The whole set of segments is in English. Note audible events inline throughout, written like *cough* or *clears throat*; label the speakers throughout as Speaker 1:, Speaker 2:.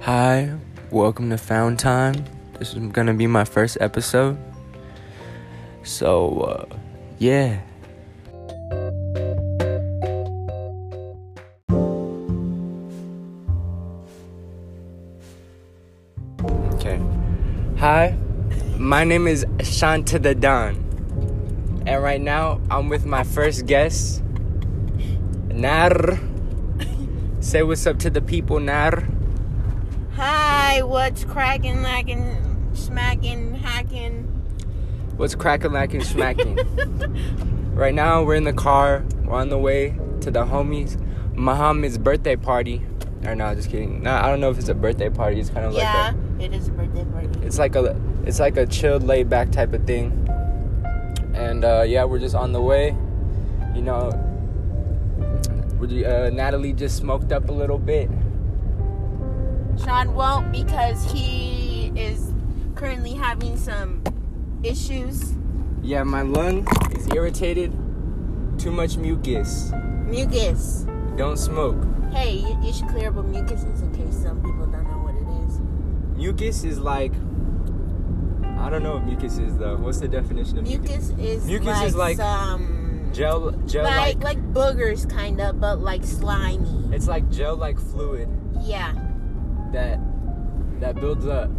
Speaker 1: Hi, welcome to Found Time. This is gonna be my first episode. So, uh, yeah. Okay. Hi, my name is Shanta the Don. And right now, I'm with my first guest, Nar. Say what's up to the people, Nar.
Speaker 2: Hi, what's cracking, lacking, smacking, hacking?
Speaker 1: What's cracking, lacking, smacking? right now, we're in the car. We're on the way to the homies, Muhammad's birthday party. Or no, just kidding. No, I don't know if it's a birthday party. It's kind of
Speaker 2: yeah,
Speaker 1: like
Speaker 2: it is a birthday party.
Speaker 1: a, it's like a, it's like a chilled, laid back type of thing. And uh, yeah, we're just on the way. You know, would you- uh, Natalie just smoked up a little bit.
Speaker 2: Sean won't because he is currently having some issues,
Speaker 1: Yeah, my lung is irritated. Too much mucus.
Speaker 2: mucus.
Speaker 1: Don't smoke.
Speaker 2: Hey, you, you should clear up what mucus is in case some people don't know what it is.
Speaker 1: Mucus is like I don't know what mucus is though. What's the definition of mucus?
Speaker 2: Mucus is
Speaker 1: Mucus
Speaker 2: like
Speaker 1: is like
Speaker 2: some
Speaker 1: Gel, gel
Speaker 2: like
Speaker 1: like,
Speaker 2: like boogers kind of, but like slimy.
Speaker 1: it's like gel like fluid
Speaker 2: Yeah,
Speaker 1: that that builds up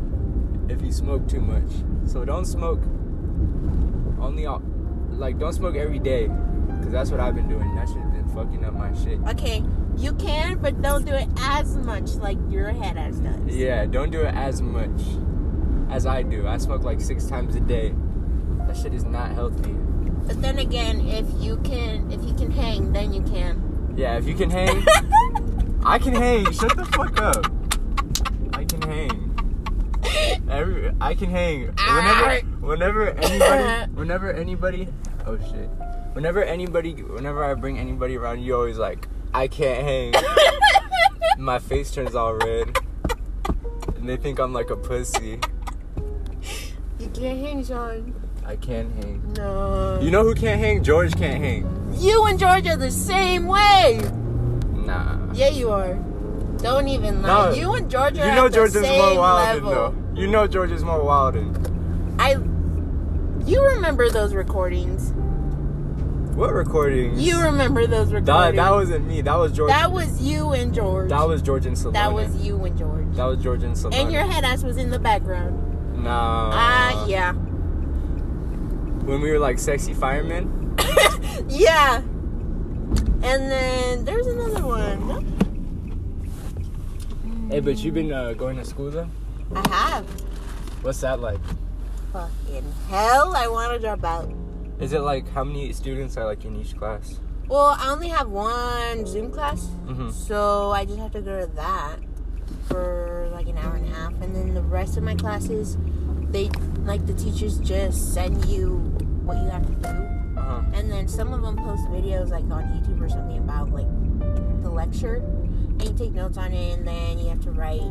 Speaker 1: if you smoke too much. So don't smoke only all, like don't smoke every day because that's what I've been doing. That shit's been fucking up my shit.
Speaker 2: Okay, you can, but don't do it as much like your head ass does.
Speaker 1: Yeah, don't do it as much as I do. I smoke like six times a day. That shit is not healthy.
Speaker 2: But then again, if you can, if you can hang, then you
Speaker 1: *laughs*
Speaker 2: can.
Speaker 1: Yeah, if you can hang, I can hang. Shut the fuck up. I can hang. Every I can hang.
Speaker 2: Ah.
Speaker 1: Whenever, whenever
Speaker 2: *laughs*
Speaker 1: anybody, whenever anybody, oh shit. Whenever anybody, whenever I bring anybody around, you always like, I can't hang. My face turns all red, and they think I'm like a pussy.
Speaker 2: You can't hang, Sean.
Speaker 1: I can hang.
Speaker 2: No.
Speaker 1: You know who can't hang? George can't hang.
Speaker 2: You and George are the same way.
Speaker 1: Nah.
Speaker 2: Yeah, you are. Don't even lie.
Speaker 1: No.
Speaker 2: You and George are
Speaker 1: You know
Speaker 2: at
Speaker 1: George
Speaker 2: the
Speaker 1: is
Speaker 2: same
Speaker 1: more wildin'
Speaker 2: level.
Speaker 1: though. You know George is more wildin'.
Speaker 2: I. You remember those recordings?
Speaker 1: What recordings?
Speaker 2: You remember those
Speaker 1: That,
Speaker 2: recordings?
Speaker 1: that wasn't me. That was George.
Speaker 2: That was you and George.
Speaker 1: That was George and Salona.
Speaker 2: That was you and George.
Speaker 1: That was Uh, George and Salona.
Speaker 2: and your head ass was in the background.
Speaker 1: Nah.
Speaker 2: Ah, yeah.
Speaker 1: When we were like sexy firemen.
Speaker 2: *laughs* Yeah. And then there's another one.
Speaker 1: Hey, but you've been uh, going to school though.
Speaker 2: I have.
Speaker 1: What's that like?
Speaker 2: Fucking hell, I want to drop out.
Speaker 1: Is it like how many students are like in each class?
Speaker 2: Well, I only have one Zoom class,
Speaker 1: Mhm.
Speaker 2: so I just have to go to that for like an hour and a half. And then the rest of my classes, they like the teachers just send you what you have to do.
Speaker 1: Uh-huh.
Speaker 2: And then some of them post videos like on YouTube or something about like the lecture. And you take notes on it, and then you have to write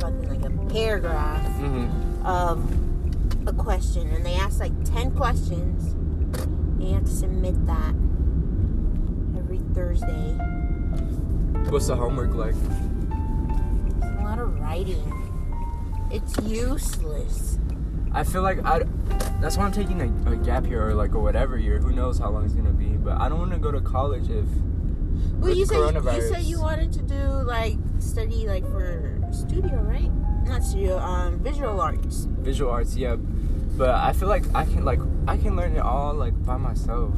Speaker 2: fucking like a paragraph
Speaker 1: Mm-hmm.
Speaker 2: of a question, and they ask like 10 questions, and you have to submit that every Thursday.
Speaker 1: What's the homework like?
Speaker 2: It's a lot of writing, it's useless.
Speaker 1: I feel like I. That's why I'm taking a, a gap year or like a whatever year. Who knows how long it's gonna be? But I don't want to go to college if.
Speaker 2: Well,
Speaker 1: With
Speaker 2: you said you
Speaker 1: coronavirus.
Speaker 2: said you wanted to do like study like for studio, right? Not studio, um, visual arts.
Speaker 1: visual arts yeah but i feel like i can like i can learn it all like by myself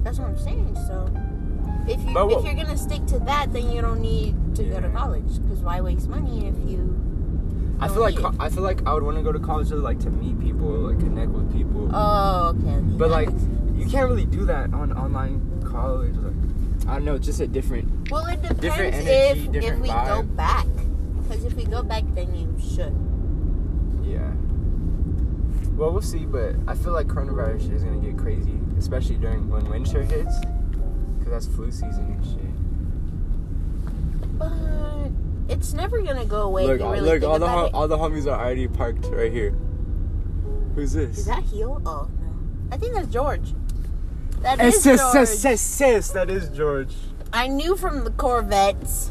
Speaker 2: That's what I'm saying. So, if you
Speaker 1: But
Speaker 2: if
Speaker 1: what-
Speaker 2: you're gonna stick to that, then you don't need to go to
Speaker 1: Yeah.
Speaker 2: college. Because why waste money if you?
Speaker 1: i feel
Speaker 2: Don't
Speaker 1: like
Speaker 2: need
Speaker 1: co- i feel like i would want to go to college to like to meet people like connect with people
Speaker 2: Oh, okay. okay,
Speaker 1: but
Speaker 2: that
Speaker 1: like
Speaker 2: makes
Speaker 1: you can't really do that on online college like i don't know it's just a different
Speaker 2: Well, it depends
Speaker 1: Different energy,
Speaker 2: if if
Speaker 1: different
Speaker 2: we go
Speaker 1: vibe.
Speaker 2: back. Because if we go back, then you should.
Speaker 1: yeah well we'll see but i feel like coronavirus shit is gonna get crazy especially during when winter hits because that's flu season and shit
Speaker 2: But it's never gonna go away. if you really think about it.
Speaker 1: all the homies are already parked right here who's this
Speaker 2: Is that heel? Oh no, I think that's George. That
Speaker 1: Yes, yes,
Speaker 2: is
Speaker 1: yes,
Speaker 2: George.
Speaker 1: yes, yes, that is George.
Speaker 2: I knew from the Corvettes.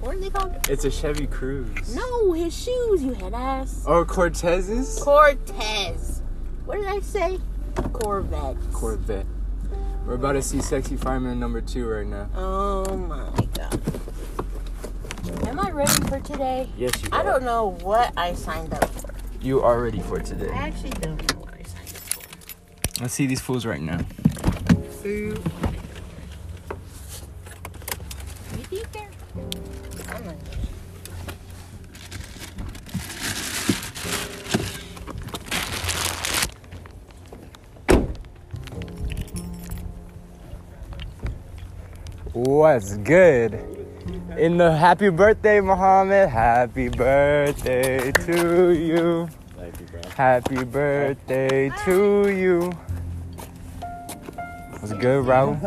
Speaker 2: What are they called?
Speaker 1: It's a Chevy Cruise.
Speaker 2: No, his shoes, you head ass.
Speaker 1: Or Oh, Cortez's?
Speaker 2: Cortez. What did I say? Corvette.
Speaker 1: Corvette. We're about to see Sexy Fireman number two right now.
Speaker 2: Oh my god. Am I ready for today?
Speaker 1: Yes, you
Speaker 2: I don't know what I signed up for.
Speaker 1: You are ready for
Speaker 2: I
Speaker 1: today.
Speaker 2: actually don't know what I signed up for.
Speaker 1: Let's see these fools right now.
Speaker 2: Food. You think they're? I'm not gonna-
Speaker 1: What's good? In the happy birthday, Mohammed. Happy birthday to you.
Speaker 3: Thank you, bro.
Speaker 1: Happy birthday to you. What's good, Raul?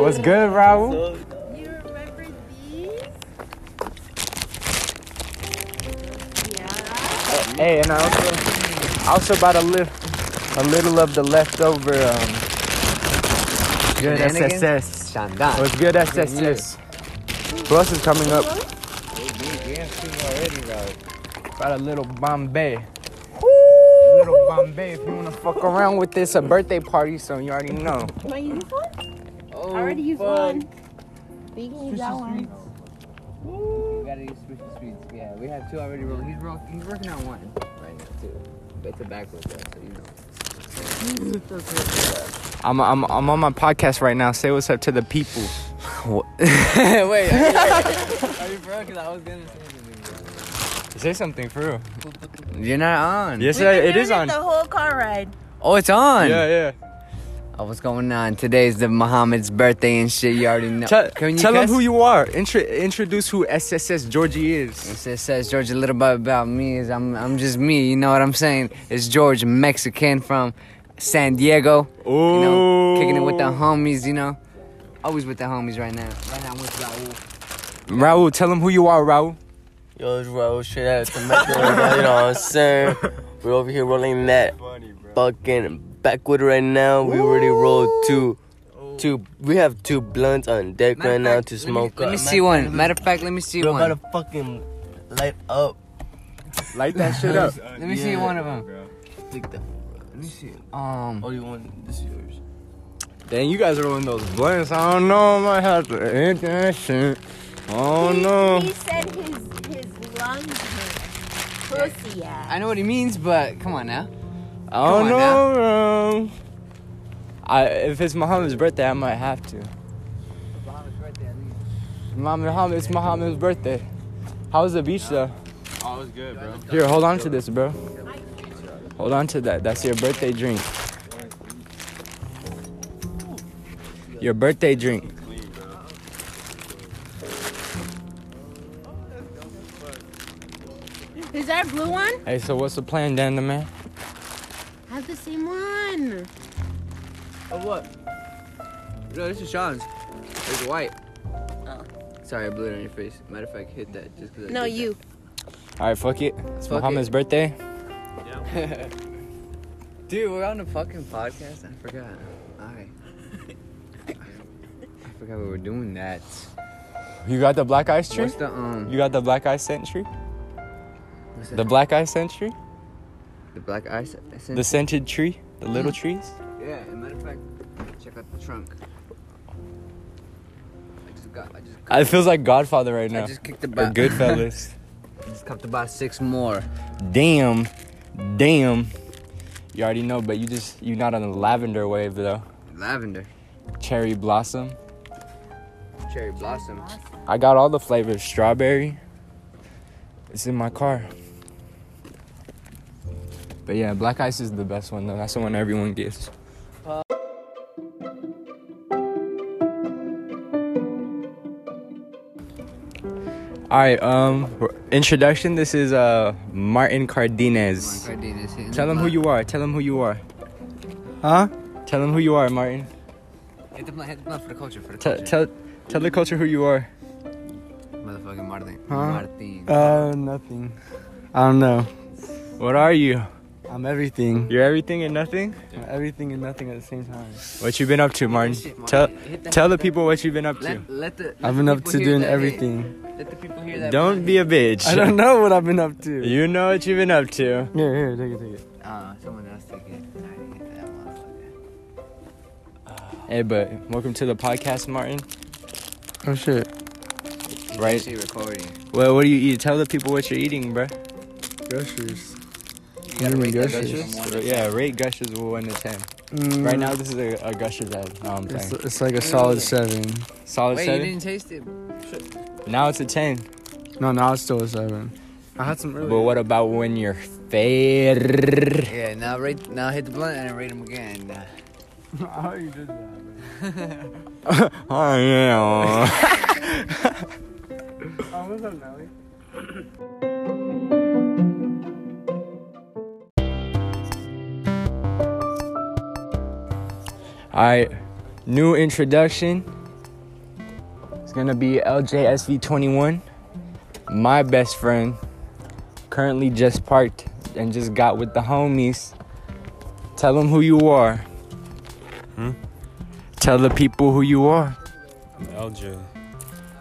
Speaker 1: What's good, Raul?
Speaker 2: You remember these? Yeah.
Speaker 1: Hey, and I also, I also bought a little, a little of the leftover. Um, good
Speaker 3: Shenanigans?
Speaker 1: SSS.
Speaker 3: Shandar.
Speaker 1: What's good SSS? Who else is coming up? Oh,
Speaker 3: already, bro.
Speaker 1: Bought a little Bombay. Little Bombay. If you wanna fuck around with this, a birthday party, so you already know.
Speaker 2: Can I use this one?
Speaker 1: Oh,
Speaker 2: I already used one. But you can use that one.
Speaker 3: We gotta use switch the streets. Yeah, we have two already rolling. He's, roll- he's working on one right now, too. But it's a backwards though, so you know.
Speaker 1: I'm, I'm, I'm on my podcast right now. Say what's up to the people. *laughs*
Speaker 3: Wait, are you, bro? Because I was gonna say something.
Speaker 1: Say something for real.
Speaker 3: You're not on.
Speaker 1: Yes,
Speaker 2: We've
Speaker 1: I,
Speaker 2: been
Speaker 1: it
Speaker 2: doing
Speaker 1: is on.
Speaker 2: The whole car ride.
Speaker 3: Oh, it's on.
Speaker 1: yeah.
Speaker 3: Oh, what's going on? Today's the Muhammad's birthday and shit. You already know.
Speaker 1: Tell,
Speaker 3: Can you
Speaker 1: tell them
Speaker 3: cuss?
Speaker 1: who you are. Intro, introduce who SSS Georgie is.
Speaker 3: It says George a little bit about me is I'm I'm just me, you know what I'm saying? It's George Mexican from San Diego. You know, kicking it with the
Speaker 1: Oh.
Speaker 3: homies, you know. Always with the homies right now. Right now I'm with Raul.
Speaker 1: Raul, tell them who you are, Raul.
Speaker 4: Yo, it's Raul straight out of Temecula, you know what I'm saying? We're over here rolling that fucking backward right now. We already rolled two, two. We have two blunts on deck right now to smoke
Speaker 3: Oh. Let me
Speaker 4: up.
Speaker 3: see one. Matter of fact, let me see
Speaker 4: Yo,
Speaker 3: one.
Speaker 4: gotta fucking light up.
Speaker 1: Light that shit up.
Speaker 3: Let me see one of them.
Speaker 4: Take that one, bro. Let me see it.
Speaker 3: Um,
Speaker 4: Oh, you want this? Is yours.
Speaker 1: Dang, you guys are rolling those blunts. I don't know. I might have to end that shit. Oh
Speaker 2: he,
Speaker 1: no.
Speaker 2: He said his his lungs hurt. Pussy ass.
Speaker 3: I know what he means, but come on now.
Speaker 1: I don't
Speaker 3: Come on
Speaker 1: know. Um, I if it's Muhammad's birthday, I might have to. Muhammad, Muhammad, it's Muhammad's birthday. How was the beach though?
Speaker 3: All was good, bro.
Speaker 1: Here, hold on to this, bro. Hold on to that. That's your birthday drink. Your birthday drink.
Speaker 2: Is that a blue one?
Speaker 1: Hey, so what's the plan, Dan the man?
Speaker 2: I have the same one.
Speaker 3: Oh, what? No, this is Sean's. It's white.
Speaker 2: Oh.
Speaker 3: Sorry, I blew it on your face. Matter of fact, hit that just because.
Speaker 2: No, you.
Speaker 1: All right, fuck it. It's
Speaker 3: Fuck
Speaker 1: Muhammad's birthday.
Speaker 3: Dude, we're on a fucking podcast. I forgot. I. *laughs* I forgot we were doing that.
Speaker 1: You got the black ice tree.
Speaker 3: What's the um?
Speaker 1: You got the black ice century.
Speaker 3: what's that?
Speaker 1: The black ice century.
Speaker 3: the black ice. Essence?
Speaker 1: The scented tree. The
Speaker 3: Hmm.
Speaker 1: little trees.
Speaker 3: yeah. and matter of fact, check out the trunk. I just got. I just.
Speaker 1: It feels like Godfather right
Speaker 3: I
Speaker 1: now.
Speaker 3: just kicked the
Speaker 1: Or
Speaker 3: butt.
Speaker 1: Goodfellas.
Speaker 3: *laughs* just copped about six more.
Speaker 1: damn, damn. You already know, but you just you're not on the lavender wave though.
Speaker 3: Lavender,
Speaker 1: Cherry blossom.
Speaker 3: cherry blossom.
Speaker 1: I got all the flavors. Strawberry. It's in my car. But yeah, black ice is the best one though. That's the one everyone gets. All right. Um, introduction. This is uh Martin Cardenas. Tell them who you are. Tell them who you are. Huh? Tell them who you are, Martin.
Speaker 3: Hit the blunt, hit the blunt for the culture, for the
Speaker 1: Tell
Speaker 3: culture.
Speaker 1: tell tell the culture who you are.
Speaker 3: Motherfucking Martin.
Speaker 1: Huh?
Speaker 5: Uh,
Speaker 3: Martin.
Speaker 1: Uh, nothing. I don't know. What are you?
Speaker 5: I'm everything.
Speaker 1: You're everything and nothing.
Speaker 5: I'm everything and nothing at the same time.
Speaker 1: What you been up to, Martin?
Speaker 3: Hit that shit, Martin.
Speaker 1: Tell
Speaker 3: Hit that
Speaker 1: tell the
Speaker 3: shit.
Speaker 1: people what you've been up to.
Speaker 3: Let, let the, let
Speaker 5: I've
Speaker 3: the
Speaker 5: been up
Speaker 3: people
Speaker 5: to
Speaker 3: hear
Speaker 5: doing
Speaker 3: that-
Speaker 5: everything.
Speaker 3: Let the people hear that.
Speaker 1: Don't be a bitch.
Speaker 5: I don't know what I've been up to.
Speaker 1: You know what you've been up to.
Speaker 5: Here, here, take it, take it.
Speaker 3: Uh, someone else took it. I didn't get that motherfucker.
Speaker 1: Hey, but welcome to the podcast, Martin.
Speaker 5: Oh shit.
Speaker 1: Right.
Speaker 3: Actually recording.
Speaker 1: Well, what do you eat? Tell the people what you're eating, bruh.
Speaker 5: Gushers.
Speaker 3: You gotta
Speaker 5: mean
Speaker 3: rate that
Speaker 5: Gushers?
Speaker 3: bitch from one to
Speaker 1: Yeah, rate Gushers with 1 to 10.
Speaker 5: Mm,
Speaker 1: Right now, this is a, a Gushers ad. No, I'm playing.
Speaker 5: it's, it's like a solid seven.
Speaker 1: Solid
Speaker 3: Wait, you
Speaker 1: 7.
Speaker 3: didn't taste it.
Speaker 1: Now it's a 10.
Speaker 5: No, now it's still a *laughs* seven. I had some earlier.
Speaker 1: But what about when you're fair?
Speaker 3: Yeah, now rate, now hit the blunt and rate them again. Uh,
Speaker 5: How you did that?
Speaker 1: Oh, *laughs* yeah.
Speaker 5: Oh, what's up, Nelly?
Speaker 1: Alright, new introduction. It's gonna be LJSV21, my best friend. Currently just parked and just got with the homies. Tell them who you are.
Speaker 6: Hmm?
Speaker 1: Tell the people who you are.
Speaker 6: LJ.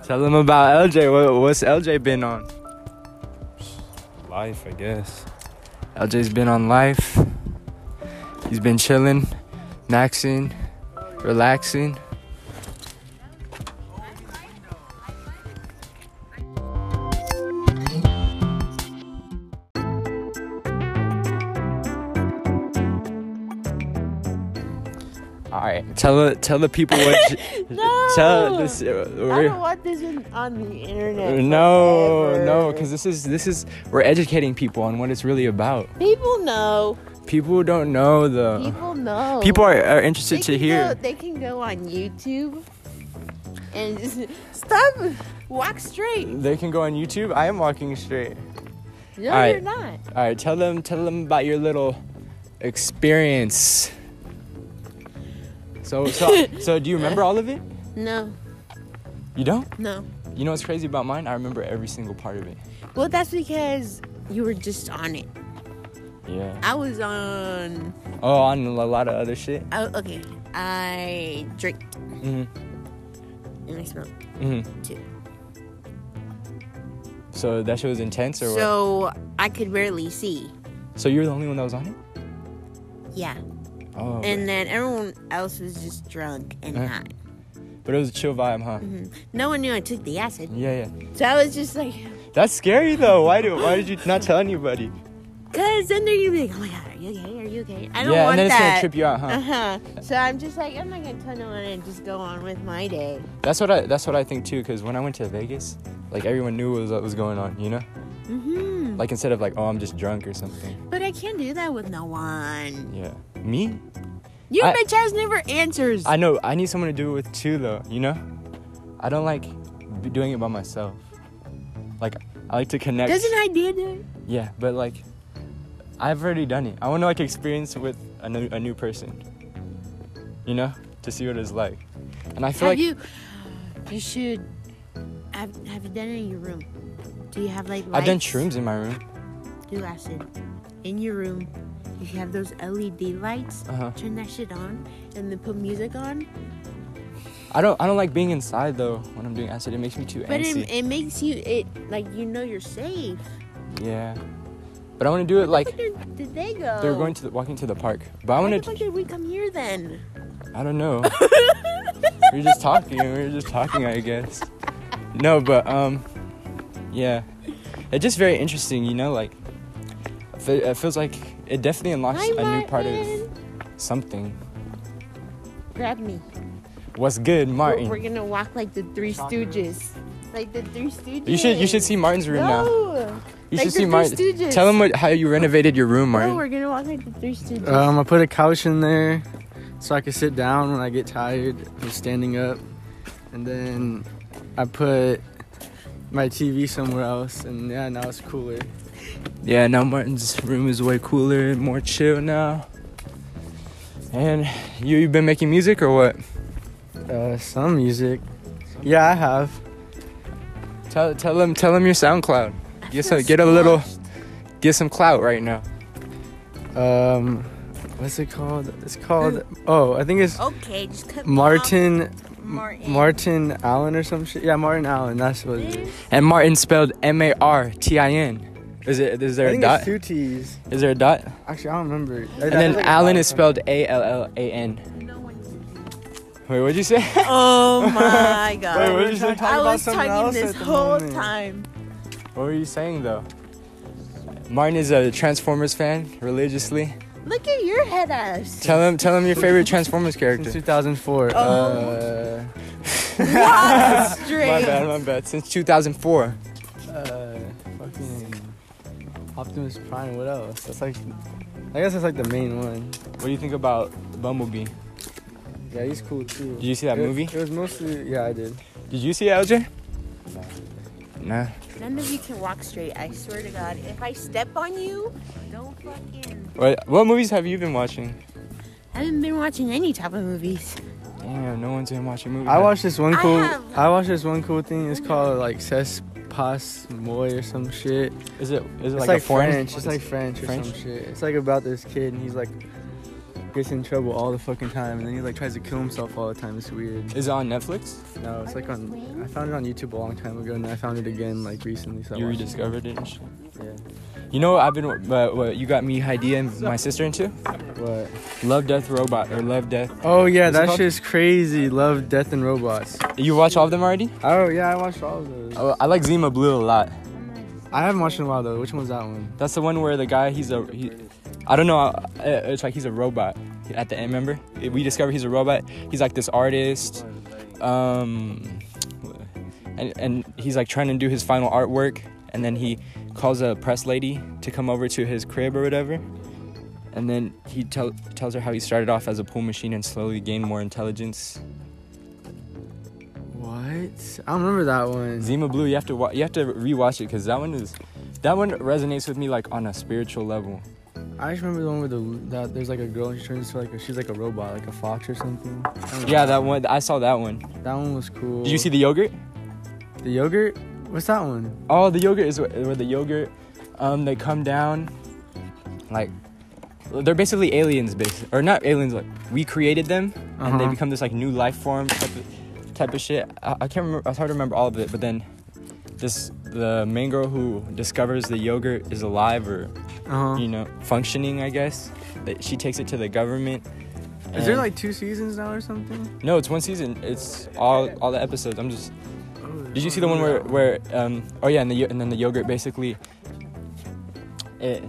Speaker 1: Tell them about LJ. What, what's LJ been on?
Speaker 6: Life, I guess.
Speaker 1: LJ's been on life. He's been chilling, maxing, relaxing. All right, tell the tell the people
Speaker 2: *laughs*
Speaker 1: what. you-
Speaker 2: No!
Speaker 1: Tell this. uh,
Speaker 2: I don't want this in, on the internet.
Speaker 1: no,
Speaker 2: forever.
Speaker 1: no, because this is this is we're educating people on what it's really about.
Speaker 2: people know.
Speaker 1: People don't know the.
Speaker 2: People know.
Speaker 1: Uh-uh. People are, are
Speaker 2: They
Speaker 1: interested to
Speaker 2: can Go,
Speaker 1: hear.
Speaker 2: they can go on YouTube and just stop. Walk straight.
Speaker 1: They can go on YouTube. I am walking straight.
Speaker 2: No,
Speaker 1: Alright.
Speaker 2: you're not.
Speaker 1: All right, tell them tell them about your little experience. So so so do you remember all of it?
Speaker 2: No,
Speaker 1: You don't?
Speaker 2: no.
Speaker 1: You know what's crazy about mine? I remember every single part of it.
Speaker 2: Well, that's because you were just on it.
Speaker 1: Yeah.
Speaker 2: I was on.
Speaker 1: Oh, on a lot of other shit.
Speaker 2: Oh, okay. I drink
Speaker 1: Mhm.
Speaker 2: and I smoke.
Speaker 1: Mhm.
Speaker 2: Two.
Speaker 1: So that shit was intense or
Speaker 2: So I could barely see.
Speaker 1: what? So you were the only one that was on it?
Speaker 2: Yeah.
Speaker 1: Oh.
Speaker 2: And then everyone else was just drunk and
Speaker 1: Uh.
Speaker 2: high.
Speaker 1: but it was a chill vibe, huh?
Speaker 2: Mm-hmm. No one knew I took the acid.
Speaker 1: Yeah, yeah.
Speaker 2: So I was just like,
Speaker 1: That's scary though. Why do why did you not tell anybody?
Speaker 2: because then they're going to be like, oh my God, are you okay? Are you okay? I don't
Speaker 1: yeah, and
Speaker 2: want
Speaker 1: then it's
Speaker 2: that.
Speaker 1: gonna trip you out,
Speaker 2: *laughs*
Speaker 1: huh?
Speaker 2: Uh huh. So I'm just like, I'm not gonna tell no one and just go on with my day.
Speaker 1: That's what I. That's what I think too. Because when I went to Vegas, like everyone knew what was, what was going on. You know,
Speaker 2: hmm
Speaker 1: like instead of like, oh, I'm just drunk or something.
Speaker 2: But I can't do that with no one.
Speaker 1: Yeah. Me?
Speaker 2: Your
Speaker 1: I-
Speaker 2: bitch ass never answers.
Speaker 1: I know. I need someone to do it with too, though. You know, I don't like b- doing it by myself. Like I like to connect.
Speaker 2: Doesn't idea do it?
Speaker 1: yeah, but like, I've already done it. I want to like experience with a new a new person. You know, to see what it's like. And I feel
Speaker 2: Have
Speaker 1: like
Speaker 2: you? You should. Have Have you done it in your room? Do you have like? Lights?
Speaker 1: I've done shrooms in my room.
Speaker 2: Do acid in your room. You have those LED lights.
Speaker 1: Uh huh.
Speaker 2: Turn that shit on, and then put music on.
Speaker 1: I don't. I don't like being inside though when I'm doing acid. It makes me too
Speaker 2: But
Speaker 1: antsy.
Speaker 2: it, it makes you it like you know you're safe.
Speaker 1: Yeah. But I want to do it like
Speaker 2: Where did, did they go?
Speaker 1: they're going to the, walking to the park. But I
Speaker 2: Why
Speaker 1: want
Speaker 2: the
Speaker 1: to.
Speaker 2: fuck did we come here then?
Speaker 1: *laughs* I don't know. we were just talking. We were just talking, I guess. No, but um, yeah. It's just very interesting, you know. Like, it fe- it feels like it definitely unlocks
Speaker 2: Hi,
Speaker 1: a new part of
Speaker 2: Martin.
Speaker 1: something.
Speaker 2: Grab me.
Speaker 1: What's good,
Speaker 2: We're,
Speaker 1: Martin?
Speaker 2: we're gonna walk like the Three Stooges. Like the Three Stooges.
Speaker 1: you should you should see Martin's room now.
Speaker 2: No.
Speaker 1: You
Speaker 2: like
Speaker 1: should
Speaker 2: the
Speaker 1: see
Speaker 2: Three
Speaker 1: Martin.
Speaker 2: Stooges.
Speaker 1: Tell him what, how you renovated your room,
Speaker 2: No,
Speaker 1: Martin.
Speaker 2: we're gonna walk like the Three Stooges.
Speaker 5: Um, I put a couch in there so I could sit down when I get tired from standing up, and then I put my TV somewhere else, and yeah, now it's cooler.
Speaker 1: Yeah, now Martin's room is way cooler and more chill now. And you you've been making music or what?
Speaker 5: Uh, some music. Yeah, I have.
Speaker 1: Tell tell them tell them your SoundCloud.
Speaker 2: I
Speaker 1: Get
Speaker 2: feel
Speaker 1: some get a little
Speaker 2: squashed.
Speaker 1: get some clout right now.
Speaker 5: Um, what's it called? It's called. Oh, I think it's
Speaker 2: Okay, just cut me off.
Speaker 5: Martin.
Speaker 2: Martin.
Speaker 5: Martin Allen or some shit. Yeah, Martin Allen. That's what. It is.
Speaker 1: And Martin spelled M A R T I N. Is it? Is there
Speaker 5: I
Speaker 1: a
Speaker 5: think
Speaker 1: dot?
Speaker 5: it's two T's.
Speaker 1: Is there a dot?
Speaker 5: Actually, I don't remember.
Speaker 1: And then Allen is spelled A L L A N. Wait, what'd you say?
Speaker 2: *laughs*
Speaker 1: *laughs*
Speaker 2: Oh my god.
Speaker 5: what did you say?
Speaker 2: I
Speaker 5: Talking about
Speaker 2: was
Speaker 5: something
Speaker 2: talking
Speaker 5: else
Speaker 2: this
Speaker 5: at the
Speaker 2: whole
Speaker 5: moment.
Speaker 2: time.
Speaker 1: What were you saying though? Martin is a Transformers fan, religiously.
Speaker 2: Look at your head
Speaker 1: *laughs*
Speaker 2: ass.
Speaker 1: Tell him, tell him your favorite Transformers
Speaker 5: Since
Speaker 1: character.
Speaker 5: 2004.
Speaker 1: Uh,
Speaker 2: Wow,
Speaker 1: my
Speaker 2: straight.
Speaker 1: bad, my bad. Since 2004.
Speaker 5: Uh, uh, fucking Optimus Prime. What else? That's like. I guess that's like the main one.
Speaker 1: What do you think about Bumblebee?
Speaker 5: Yeah, he's cool too.
Speaker 1: Did you see that
Speaker 5: It-
Speaker 1: movie?
Speaker 5: It was mostly. Yeah, I did.
Speaker 1: Did you see it, LJ? Nah.
Speaker 2: None of you can walk straight. I swear to God. If I step on you, don't fucking.
Speaker 1: What, what movies have you been watching?
Speaker 2: I haven't been watching any type of movies.
Speaker 1: Damn, no one's been watching movies.
Speaker 5: I watched this one
Speaker 2: I
Speaker 5: cool. I,
Speaker 2: have-
Speaker 5: watched this one cool thing. It's called like Cespas Moy or some shit.
Speaker 1: Is it? Is it
Speaker 5: it's
Speaker 1: like,
Speaker 5: like,
Speaker 1: a foreign?
Speaker 5: French. It's like French or
Speaker 1: French?
Speaker 5: some shit. It's like about this kid and he's like gets in trouble all the fucking time and then he like tries to kill himself all the time. It's weird.
Speaker 1: Is it on Netflix?
Speaker 5: No, it's like on. I found it on YouTube a long time ago and I found it again like recently. So I
Speaker 1: You
Speaker 5: watched it.
Speaker 1: rediscovered it. And shit.
Speaker 5: Yeah.
Speaker 1: You know what I've been uh, what you got me Heidi and my sister into?
Speaker 5: What?
Speaker 1: Love Death Robot or Love Death.
Speaker 5: Oh yeah,
Speaker 1: What's it
Speaker 5: that
Speaker 1: called?
Speaker 5: shit's crazy. Love, Death, and Robots.
Speaker 1: You watch all of them already?
Speaker 5: Oh yeah, I watched all of those.
Speaker 1: Oh, I like Zima Blue a lot.
Speaker 5: I haven't watched in a while though. Which one's that one?
Speaker 1: That's the one where the guy he's a he, I don't know. uh, It's like he's a robot at the end. Remember? We discover he's a robot. He's like this artist. Um, and and he's like trying to do his final artwork, and then he calls a press lady to come over to his crib or whatever. And then he tell, tells her how he started off as a pool machine and slowly gained more intelligence.
Speaker 5: What? I don't remember that one.
Speaker 1: Zima Blue, you have to wa- you have to rewatch it because that one is that one resonates with me like on a spiritual level.
Speaker 5: I just remember the one where the that there's like a girl and she turns into like a, she's like a robot, like a fox or something. I don't know.
Speaker 1: Yeah, that one. I saw that one.
Speaker 5: that one was cool.
Speaker 1: Did you see the yogurt?
Speaker 5: the yogurt? What's that one?
Speaker 1: Oh, the yogurt is where, where the yogurt. Um, they come down, like they're basically aliens, basi- or not aliens. Like we created them, and they
Speaker 5: Uh-huh.
Speaker 1: become this like new life form type of, type of shit. I, I can't remember. It's hard to remember all of it. But then, this the main girl who discovers the yogurt is alive or
Speaker 5: Uh huh.
Speaker 1: you know functioning. I guess that she takes it to the government.
Speaker 5: Is there
Speaker 1: and-
Speaker 5: like two seasons now or something?
Speaker 1: no? It's one season. It's all all the episodes. I'm just Did you see the one where where um oh yeah and the yo- and then the yogurt basically eh, it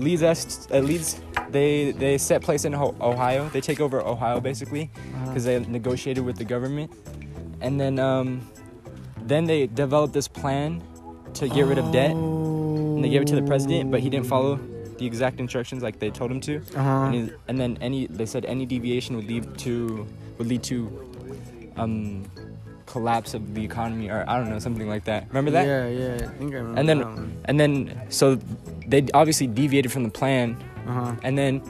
Speaker 1: leads us it leads uh, they they set place in Ho- Ohio they take over Ohio basically because they negotiated with the government and then um then they developed this plan to get rid of debt and they gave it
Speaker 5: Oh.
Speaker 1: to the president but he didn't follow the exact instructions like they told him to and,
Speaker 5: Uh
Speaker 1: he- and then any they said any deviation would lead to would lead to um collapse of the economy or I don't know something like that. Remember that?
Speaker 5: Yeah, yeah. I think I remember.
Speaker 1: And then-
Speaker 5: that one.
Speaker 1: And then so they obviously deviated from the plan
Speaker 5: Uh-huh.
Speaker 1: and then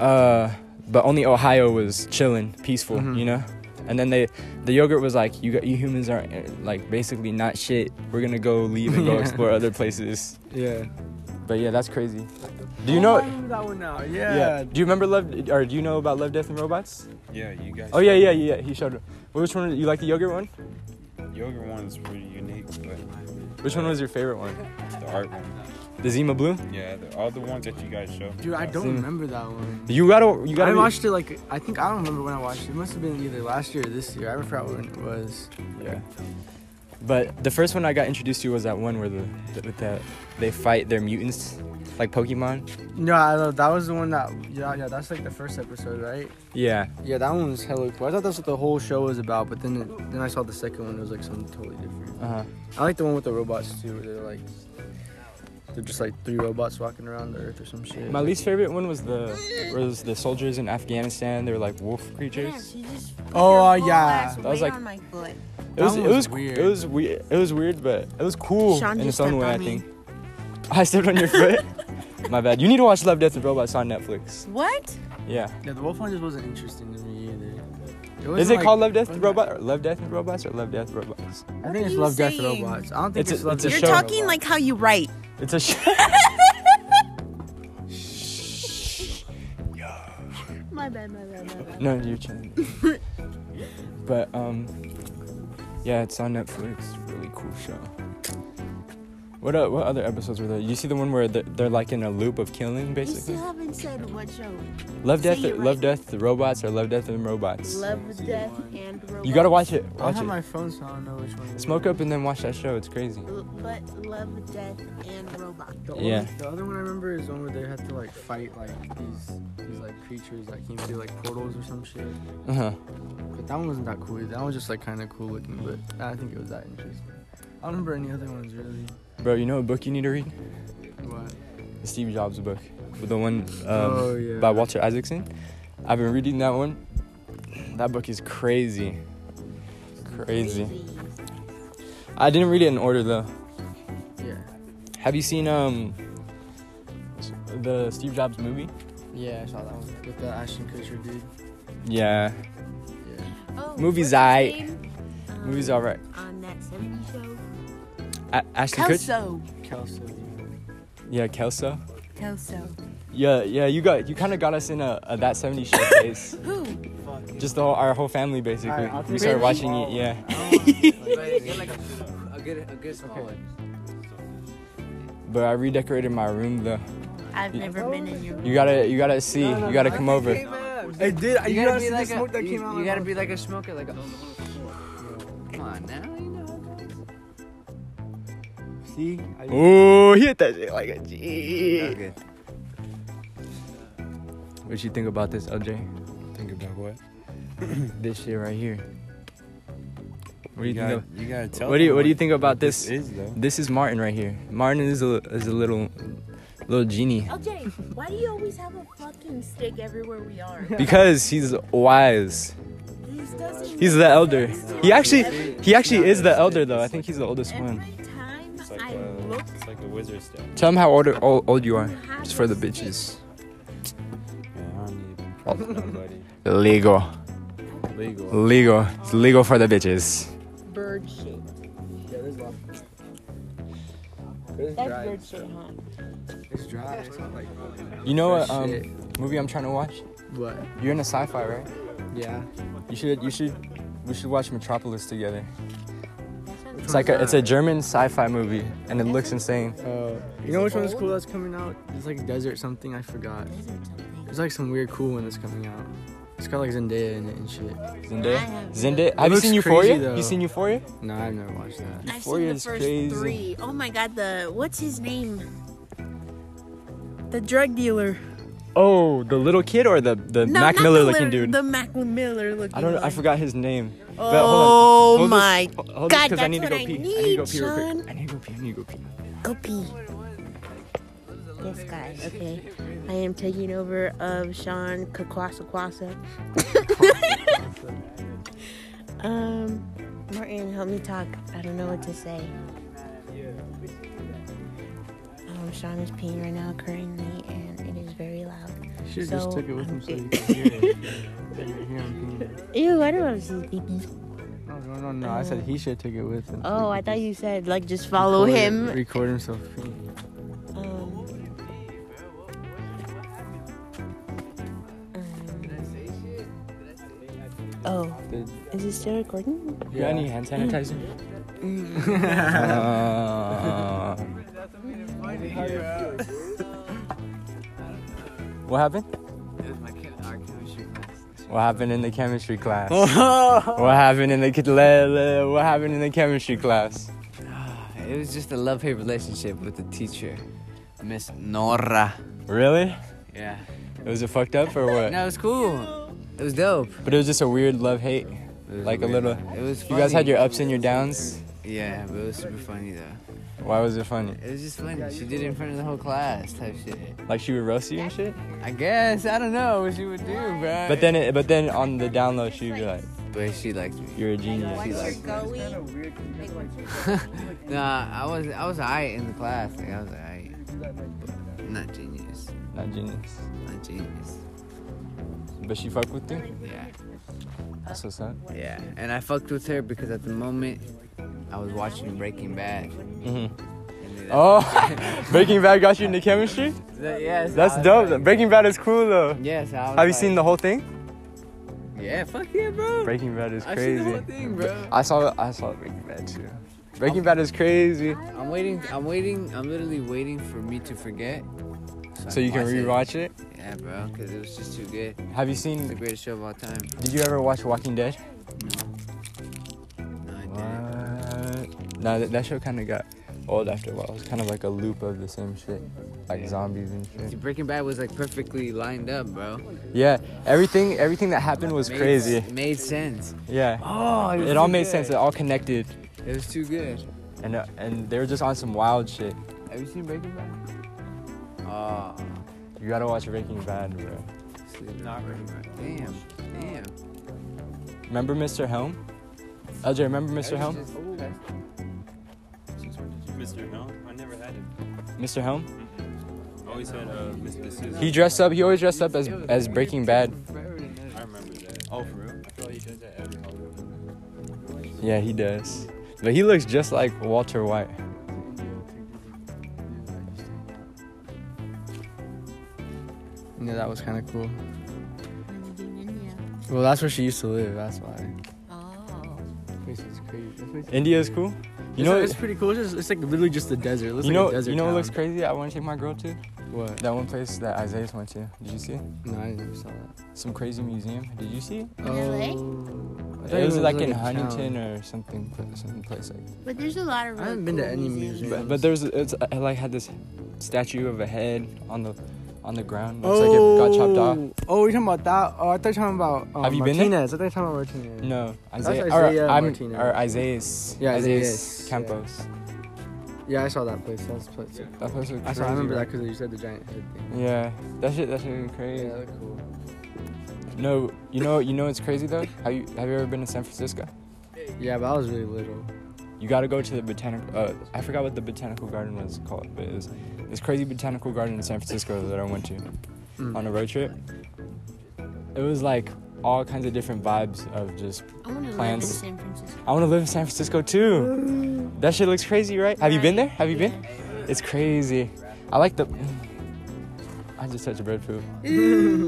Speaker 1: uh but only Ohio was chilling, peaceful,
Speaker 5: Mhm.
Speaker 1: you know? And then they the yogurt was like you got you humans are uh, like basically not shit. We're going to go leave and go
Speaker 5: *laughs* Yeah.
Speaker 1: explore other places.
Speaker 5: Yeah.
Speaker 1: But yeah, that's crazy. Do you know
Speaker 5: Oh, that one now.
Speaker 1: yeah.
Speaker 5: Yeah.
Speaker 1: Do you remember love or do you know about Love Death and Robots?
Speaker 7: Yeah, you guys.
Speaker 1: Oh yeah, yeah, yeah. He showed. Which one? You like the yogurt one?
Speaker 7: Yogurt one is pretty unique, but
Speaker 1: Which one was your favorite one?
Speaker 7: the art one?
Speaker 1: The Zima Blue.
Speaker 7: Yeah, the, all the ones that you guys showed.
Speaker 5: Dude, I don't
Speaker 1: Same.
Speaker 5: remember that one.
Speaker 1: You gotta, you gotta.
Speaker 5: I
Speaker 1: be-
Speaker 5: watched it like I think I don't remember when I watched it. It must have been either last year or this year. I forgot when it was.
Speaker 1: Yeah. But the first one I got introduced to was that one where the, the with the they fight their mutants, like Pokemon.
Speaker 5: No, I love, that was the one that yeah yeah that's like the first episode right?
Speaker 1: Yeah.
Speaker 5: Yeah, that one was hella cool. I thought that's what the whole show was about, but then it, then I saw the second one. It was like something totally different.
Speaker 1: Uh huh.
Speaker 5: I like the one with the robots too, where they're like they're just like three robots walking around the earth or some shit.
Speaker 1: My least favorite one was the was the soldiers in Afghanistan. They were like wolf creatures.
Speaker 2: she just put
Speaker 5: Oh,
Speaker 2: her
Speaker 5: uh,
Speaker 2: whole
Speaker 5: yeah.
Speaker 2: ass
Speaker 1: That was
Speaker 2: weight
Speaker 1: like-
Speaker 2: on my foot.
Speaker 1: It was,
Speaker 5: That
Speaker 1: it
Speaker 5: one
Speaker 1: was
Speaker 5: was
Speaker 1: weird. It
Speaker 5: weird.
Speaker 1: was weird. It was weird, but it was cool
Speaker 2: Sean
Speaker 1: in its
Speaker 2: just
Speaker 1: own
Speaker 2: stepped
Speaker 1: way. I
Speaker 2: on me.
Speaker 1: think. *laughs* I stepped on your
Speaker 2: *laughs*
Speaker 1: foot. My bad. You need to watch Love, Death, and Robots on Netflix.
Speaker 2: What?
Speaker 1: Yeah.
Speaker 5: yeah, the wolf one just wasn't interesting to me either. wasn't,
Speaker 1: Is it
Speaker 5: like-
Speaker 1: called Love, Death, and Robot? Or Love, Death, and Robots or Love, Death, Robots?
Speaker 5: I think it's
Speaker 2: you
Speaker 5: Love, Death,
Speaker 2: saying?
Speaker 5: Robots. I don't think
Speaker 1: It's
Speaker 5: it's,
Speaker 1: a-
Speaker 5: Love,
Speaker 1: it's a *laughs*
Speaker 5: Death,
Speaker 2: You're
Speaker 1: show.
Speaker 5: Robots.
Speaker 2: talking like how you write.
Speaker 1: It's a sh-
Speaker 2: My bad, my bad, my bad.
Speaker 1: No, you're chilling.
Speaker 2: *laughs*
Speaker 1: but um, yeah, it's on Netflix. Really cool show. What uh, what other episodes were there? You see the one where they're, they're like in a loop of killing,
Speaker 2: You still
Speaker 1: basically.
Speaker 2: haven't said what show.
Speaker 1: Love
Speaker 2: say
Speaker 1: death,
Speaker 2: it right.
Speaker 1: love death, the robots or love death and robots.
Speaker 2: Love, Death, and Robots.
Speaker 1: you gotta watch it.
Speaker 5: I don't
Speaker 1: Watch
Speaker 5: have
Speaker 1: it.
Speaker 5: my phone, so I don't know which one. it is.
Speaker 1: Smoke up and then watch that show. It's crazy.
Speaker 2: L- But Love, Death, and Robots.
Speaker 5: The
Speaker 1: Yeah.
Speaker 5: One, the other one I remember is the one where they had to like fight like these these like creatures that came through like portals or some shit.
Speaker 1: Uh huh.
Speaker 5: But that one wasn't that cool. Either. That one was just like kind of cool looking, but I don't think it was that interesting. I don't remember any other ones really.
Speaker 1: Bro, you know a book you need to read?
Speaker 5: What?
Speaker 1: The Steve Jobs book, the one um,
Speaker 5: Oh, yeah.
Speaker 1: by Walter Isaacson. I've been reading that one. That book is crazy, crazy. I didn't read it in order though.
Speaker 5: Yeah.
Speaker 1: Have you seen um the Steve Jobs movie?
Speaker 5: Yeah, I saw that one with the Ashton Kutcher dude.
Speaker 1: Yeah,
Speaker 5: Yeah.
Speaker 2: Oh,
Speaker 1: Movies
Speaker 2: what's
Speaker 1: I-
Speaker 2: his name? Um,
Speaker 1: movie's alright.
Speaker 2: On that 70 show.
Speaker 1: A- Ashton Kutcher.
Speaker 2: Kelso.
Speaker 5: Kelso.
Speaker 1: Yeah, Kelso.
Speaker 2: Kelso.
Speaker 1: Yeah, yeah. You got you kind of got us in a, a that '70s show phase.
Speaker 2: Who?
Speaker 1: Just the whole, our whole family basically.
Speaker 5: Alright, I'll
Speaker 1: we
Speaker 5: take
Speaker 1: started
Speaker 5: it.
Speaker 1: watching it. Yeah.
Speaker 3: a good, a good small one.
Speaker 1: But I redecorated my room though.
Speaker 2: I've
Speaker 1: You-
Speaker 2: never been in your
Speaker 1: You
Speaker 2: *laughs*
Speaker 1: gotta you gotta see. You gotta come over.
Speaker 5: Hey, did
Speaker 3: You, gotta
Speaker 5: you guys
Speaker 3: be
Speaker 5: see the
Speaker 3: like a,
Speaker 5: smoke that
Speaker 3: you,
Speaker 5: came out?
Speaker 3: you
Speaker 5: of
Speaker 3: gotta
Speaker 5: my-
Speaker 3: be like a smoker, like a. Come on now, you know.
Speaker 5: See? I-
Speaker 1: Ooh, he hit that shit like a G.
Speaker 3: Okay.
Speaker 1: What you think about this, LJ?
Speaker 7: Think about what?
Speaker 1: *clears throat* This shit right here. What do you,
Speaker 7: You
Speaker 1: think?
Speaker 7: gotta,
Speaker 1: Of,
Speaker 7: you gotta tell
Speaker 1: what do you
Speaker 7: them
Speaker 1: What do you think about
Speaker 7: this
Speaker 1: this?
Speaker 7: is though.
Speaker 1: This is Martin right here. Martin is a is a little little
Speaker 3: *laughs*
Speaker 1: genie
Speaker 2: LJ, why do you always have a fucking stick everywhere
Speaker 1: *laughs*
Speaker 2: we are?
Speaker 1: because he's wise.
Speaker 2: This doesn't
Speaker 1: He's
Speaker 2: make
Speaker 1: the elder.
Speaker 2: sense to
Speaker 1: He
Speaker 2: me.
Speaker 1: actually
Speaker 2: Every,
Speaker 1: he actually is the elder though. I think he's the oldest one.
Speaker 2: every time
Speaker 7: It's like,
Speaker 2: I
Speaker 7: uh,
Speaker 2: look,
Speaker 7: it's like the wizard stuff.
Speaker 1: Tell him how old old, old you are, just for the bitches.
Speaker 7: Man, I *laughs* don't need nobody.
Speaker 1: Legal,
Speaker 7: Legal.
Speaker 1: legal. It's legal for the bitches.
Speaker 2: bird shit.
Speaker 5: Yeah, there's lava.
Speaker 2: That's bird shit, huh?
Speaker 5: It's dry. It's not like
Speaker 1: You know what
Speaker 5: Fresh
Speaker 1: um,
Speaker 5: shit.
Speaker 1: movie I'm trying to watch?
Speaker 5: what?
Speaker 1: You're in a sci-fi, right?
Speaker 5: Yeah.
Speaker 1: You should you should we should watch Metropolis together. It's
Speaker 5: one's
Speaker 1: like a,
Speaker 5: that?
Speaker 1: it's a German sci-fi movie and it looks insane.
Speaker 5: Uh, you know which one's cool that's coming out? It's like desert something. I forgot. There's like some weird cool one that's coming out. It's got like Zendaya in it and shit.
Speaker 1: Zendaya. Zendaya. Have you
Speaker 5: looks
Speaker 1: seen
Speaker 5: crazy,
Speaker 1: Euphoria?
Speaker 5: though.
Speaker 1: you seen Euphoria?
Speaker 5: No, I've never watched that.
Speaker 2: I've
Speaker 1: Euphoria
Speaker 2: seen the
Speaker 1: is
Speaker 2: first
Speaker 1: crazy.
Speaker 2: three. Oh my god, the what's his name? The drug dealer.
Speaker 1: Oh, the little kid or the the
Speaker 2: No,
Speaker 1: Mac
Speaker 2: not
Speaker 1: Miller
Speaker 2: the
Speaker 1: looking
Speaker 2: lit-
Speaker 1: dude.
Speaker 2: The Mac Miller looking.
Speaker 1: I don't. know. I
Speaker 2: one.
Speaker 1: forgot his name. But
Speaker 2: Oh
Speaker 1: hold on. Hold this-
Speaker 2: my
Speaker 1: ho- hold this
Speaker 2: god,
Speaker 1: 'cause
Speaker 2: that's
Speaker 1: I need to
Speaker 2: what
Speaker 1: go pee.
Speaker 2: I
Speaker 1: I need to
Speaker 2: need,
Speaker 1: go pee real
Speaker 2: Sean.
Speaker 1: quick. I need to go pee. I need to go pee.
Speaker 2: Go pee. Yes, guys. Okay, I am taking over of Sean Kakwasa Kwasa. *laughs* um, Martin, help me talk. I don't know what to say. Um, Sean is peeing right now currently, and it is very loud.
Speaker 5: Should
Speaker 2: So,
Speaker 5: just took it with him
Speaker 2: *laughs*
Speaker 5: so
Speaker 2: um,
Speaker 5: you could hear it. You could hear him peeing.
Speaker 2: Ew, I don't want to see his pee-pee.
Speaker 5: No, no, no, no. I said he should take it with him.
Speaker 2: Oh, I thought you said like just follow
Speaker 5: Record-
Speaker 2: him.
Speaker 5: Record himself. peeing.
Speaker 2: Um, oh, is it still recording?
Speaker 1: You got any hand sanitizer? Uh, what happened? What happened in the chemistry class? what happened in the ki- le- le- what happened in the chemistry class?
Speaker 3: It was just a love-hate relationship with the teacher, Miss Nora.
Speaker 1: Really?
Speaker 3: Yeah.
Speaker 1: It was it fucked up or what?
Speaker 3: No, it was cool. It was dope.
Speaker 1: But it was just a weird love hate.
Speaker 3: It was
Speaker 1: Like a
Speaker 3: weird.
Speaker 1: little.
Speaker 3: It was.
Speaker 1: You guys had
Speaker 3: funny.
Speaker 1: your ups and your downs.
Speaker 3: Yeah, but it was super funny though.
Speaker 1: Why was it funny?
Speaker 3: It was just funny. She did it in front of the whole class, type shit.
Speaker 1: Like she would roast you and shit.
Speaker 3: I guess I don't know what she would do, bro.
Speaker 1: But then, it, but then on the download, she'd be like,
Speaker 3: but she liked me.
Speaker 1: "You're a genius."
Speaker 8: going,
Speaker 3: Nah, I was I was alright in the class. Like I was alright. But Not genius.
Speaker 1: Not genius.
Speaker 3: Not genius.
Speaker 1: But she fucked with you.
Speaker 3: Yeah.
Speaker 1: That's what's up.
Speaker 3: Yeah. And I fucked with her because at the moment I was watching Breaking Bad.
Speaker 1: Mm-hmm.
Speaker 3: And chemistry. That's,
Speaker 1: Oh, *laughs* Breaking Bad got you into chemistry?
Speaker 3: that- yes.
Speaker 1: That's
Speaker 3: I was
Speaker 1: dope.
Speaker 3: like-
Speaker 1: Breaking Bad is cool though.
Speaker 3: Yes. I
Speaker 1: Have
Speaker 3: was
Speaker 1: you
Speaker 3: like-
Speaker 1: seen the whole thing?
Speaker 3: Yeah. Fuck yeah, bro.
Speaker 1: Breaking Bad is
Speaker 3: I've seen the whole
Speaker 1: crazy.
Speaker 3: thing, bro.
Speaker 1: I saw I saw Breaking Bad too. Breaking Bad is crazy.
Speaker 3: I'm waiting. I'm waiting. I'm literally waiting for me to forget. I
Speaker 1: So you can
Speaker 3: watch
Speaker 1: rewatch it.
Speaker 3: it. Yeah, bro. Cause it was just too good.
Speaker 1: Have you
Speaker 3: It's the
Speaker 1: seen?
Speaker 3: greatest show of all time.
Speaker 1: Did you ever watch Walking Dead?
Speaker 3: No, I didn't.
Speaker 1: What? No, that, that show kind of got old after a while. It was kind of like a loop of the same shit, like zombies and
Speaker 3: See,
Speaker 1: shit.
Speaker 3: Breaking Bad was like perfectly lined up, bro.
Speaker 1: Yeah, everything everything that happened was
Speaker 3: Made-
Speaker 1: crazy.
Speaker 3: Made sense.
Speaker 1: Yeah,
Speaker 3: Oh,
Speaker 1: it all made sense. It all connected,
Speaker 3: It was too good.
Speaker 1: and uh, and they were just on some wild shit.
Speaker 3: Have you seen Breaking Bad? Oh,
Speaker 1: You gotta watch Breaking Bad, bro.
Speaker 3: not Breaking Bad. Damn, damn.
Speaker 1: Remember Mr. Helm? LJ, remember Mr. Helm?
Speaker 7: Mr. No, I never had him.
Speaker 1: Mr. Helm?
Speaker 7: Always had uh, Mr. Scissors.
Speaker 1: He dressed up. He always dressed up as as Breaking Bad.
Speaker 7: I remember that. Oh, for real? I feel like he does that every
Speaker 1: Yeah, he does. But he looks just like Walter White.
Speaker 5: Yeah, that was kind of cool. Well, that's where she used to live. That's why.
Speaker 2: Oh.
Speaker 5: This is crazy. This place-
Speaker 1: India is cool. You
Speaker 5: It's-
Speaker 1: know,
Speaker 5: it's pretty cool. It's, just, it's like literally just the desert. It looks
Speaker 1: you
Speaker 5: like
Speaker 1: know,
Speaker 5: a desert
Speaker 1: you know, what
Speaker 5: town.
Speaker 1: looks crazy. I want to take my girl to
Speaker 5: What?
Speaker 1: that one place that Isaiah went to. Did you see? it?
Speaker 5: No, I never saw that. Oh.
Speaker 1: Some crazy museum. Did you see? it?
Speaker 2: LA?
Speaker 5: I thought
Speaker 1: It was like in
Speaker 5: a town.
Speaker 1: Huntington or something, some place like.
Speaker 9: But there's a lot of.
Speaker 5: I
Speaker 9: Really
Speaker 5: haven't been to
Speaker 9: cool
Speaker 5: any
Speaker 9: museums.
Speaker 5: museum.
Speaker 1: But, but there's it's uh, it, like had this statue of a head on the on the ground. Looks
Speaker 5: oh,
Speaker 1: like it got chopped off.
Speaker 5: Oh, you're talking about that? Oh, I thought you were talking about um,
Speaker 1: Have you been
Speaker 5: Martinez.
Speaker 1: there?
Speaker 5: I thought you were talking about Martinez.
Speaker 1: No,
Speaker 5: That's
Speaker 1: Isaiah,
Speaker 5: Isaiah
Speaker 1: or, I'm,
Speaker 5: Martinez.
Speaker 1: or Isaiah's.
Speaker 5: Yeah,
Speaker 1: Isaiah's,
Speaker 5: Isaiah's, yeah.
Speaker 1: Campos.
Speaker 5: Yeah, I saw that place. That's place.
Speaker 1: That place looked
Speaker 5: I saw. I
Speaker 1: crazy,
Speaker 5: remember
Speaker 1: bro.
Speaker 5: that because you said the giant head thing.
Speaker 1: Yeah, that shit, that shit looked crazy.
Speaker 5: that looked cool.
Speaker 1: No, you know, you know, it's crazy though. Have you have you ever been to San Francisco?
Speaker 5: Yeah, but I was really little.
Speaker 1: You gotta go to the botanical. Uh, I forgot what the botanical garden was called, but it was this crazy botanical garden in San Francisco that I went to
Speaker 5: Mm.
Speaker 1: on a road trip. It was like all kinds of different vibes of just.
Speaker 9: I want to live in
Speaker 1: Plants.
Speaker 9: San Francisco.
Speaker 1: I want to live in San Francisco too. That shit looks crazy, right? Have you been there? Have you been? It's crazy. I like the. I just touched a bird poop.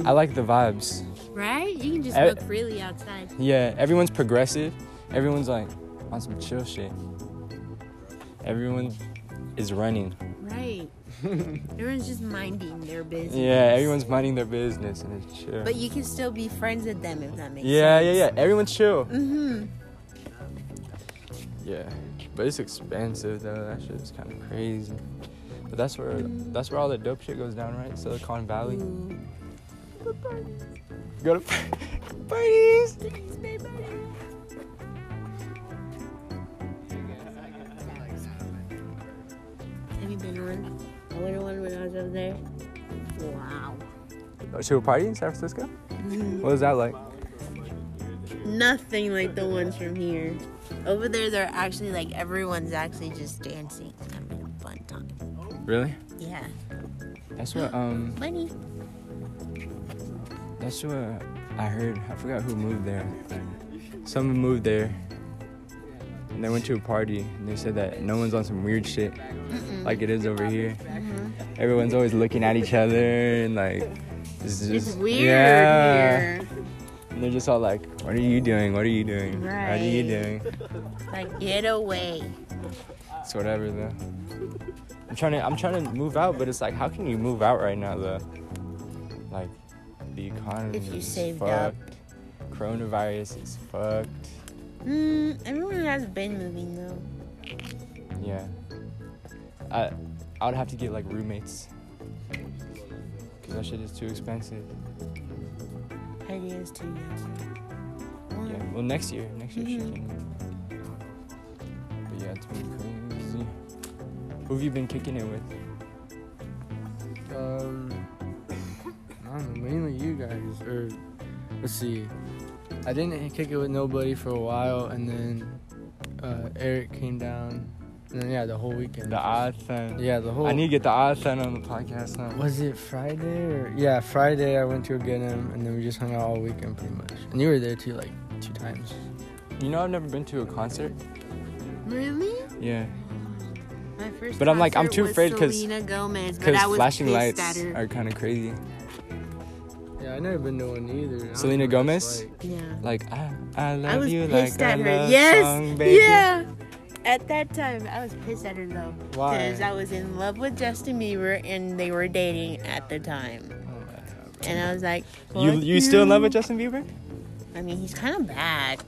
Speaker 1: I like the vibes.
Speaker 9: Right? You can just
Speaker 1: I- *laughs*
Speaker 9: look freely outside.
Speaker 1: Yeah, everyone's progressive. Everyone's like on some chill shit. Everyone is running. *laughs*
Speaker 9: Right. Everyone's just minding their business.
Speaker 1: Yeah, everyone's minding their business and it's chill.
Speaker 2: But you can still be friends with them if that makes
Speaker 1: Yeah, yeah,
Speaker 2: sense.
Speaker 1: yeah. Everyone's chill. Mm-hmm. Yeah, but it's expensive though. That shit is kind of crazy. But that's where that's where all the dope shit goes down, right? Silicon Valley. Go to *laughs* parties.
Speaker 9: Have you been to one? I went to one when I was over there. Wow.
Speaker 1: Oh, To a party in San Francisco? What was that like?
Speaker 2: Nothing like the ones from here. Over there, they're actually like everyone's actually just dancing, having a fun time.
Speaker 1: Really?
Speaker 2: Yeah.
Speaker 1: That's what um.
Speaker 2: Money.
Speaker 1: That's what I heard. I forgot who moved there. Someone moved there. And they went to a party and they said that no one's on some weird shit like it is over here.
Speaker 9: Mm-hmm.
Speaker 1: Everyone's always looking at each other and like it's just
Speaker 9: It's weird
Speaker 1: yeah.
Speaker 9: here.
Speaker 1: And they're just all like, "What are you doing? What are you doing? What are you
Speaker 9: Right.
Speaker 1: doing?"
Speaker 2: Like, get away.
Speaker 1: It's whatever though. I'm trying to I'm trying to move out, but it's like, how can you move out right now though? Like the economy
Speaker 2: If you
Speaker 1: is
Speaker 2: saved up.
Speaker 1: fucked. Coronavirus is fucked.
Speaker 2: Mm, everyone has been moving though.
Speaker 1: Yeah. I I would have to get like roommates. Cause that shit is too expensive.
Speaker 2: Ideas too young.
Speaker 1: Yeah. Well, next year, next year she
Speaker 2: Mm-hmm.
Speaker 1: can. But yeah, it's been crazy. Who have you been kicking it with?
Speaker 5: Um, I don't know, mainly you guys. Or let's see, I didn't kick it with nobody for a while, and then uh, Eric came down, and then yeah, the whole weekend.
Speaker 1: The odd son.
Speaker 5: yeah, the whole.
Speaker 1: I need to get the odd son on the podcast now.
Speaker 5: Was it Friday or yeah, Friday? I went to go get him, and then we just hung out all weekend pretty much. And you were there too, like two times.
Speaker 1: You know, I've never been to a concert.
Speaker 9: Really?
Speaker 1: Yeah.
Speaker 2: My first
Speaker 1: But I'm like, I'm
Speaker 2: concert
Speaker 1: too
Speaker 2: was
Speaker 1: afraid 'cause-
Speaker 2: Selena Gomez, but
Speaker 1: Because
Speaker 2: I was
Speaker 1: flashing
Speaker 2: pissed
Speaker 1: lights
Speaker 2: at her.
Speaker 1: are kind of crazy.
Speaker 5: Yeah, I never been to one either. I don't
Speaker 1: Selena
Speaker 5: know what
Speaker 1: Gomez?
Speaker 5: it's like.
Speaker 2: yeah.
Speaker 1: Like I, I love
Speaker 2: was
Speaker 1: you
Speaker 2: pissed
Speaker 1: like I
Speaker 2: at her.
Speaker 1: love
Speaker 2: Yes!
Speaker 1: song, baby.
Speaker 2: Yeah. At that time, I was pissed at her though.
Speaker 1: Why?
Speaker 2: Because I was in love with Justin Bieber and they were dating at the time. And I was like,
Speaker 1: Oh, You
Speaker 2: "Fuck
Speaker 1: you still in love with Justin Bieber?
Speaker 2: I mean, he's kind of back.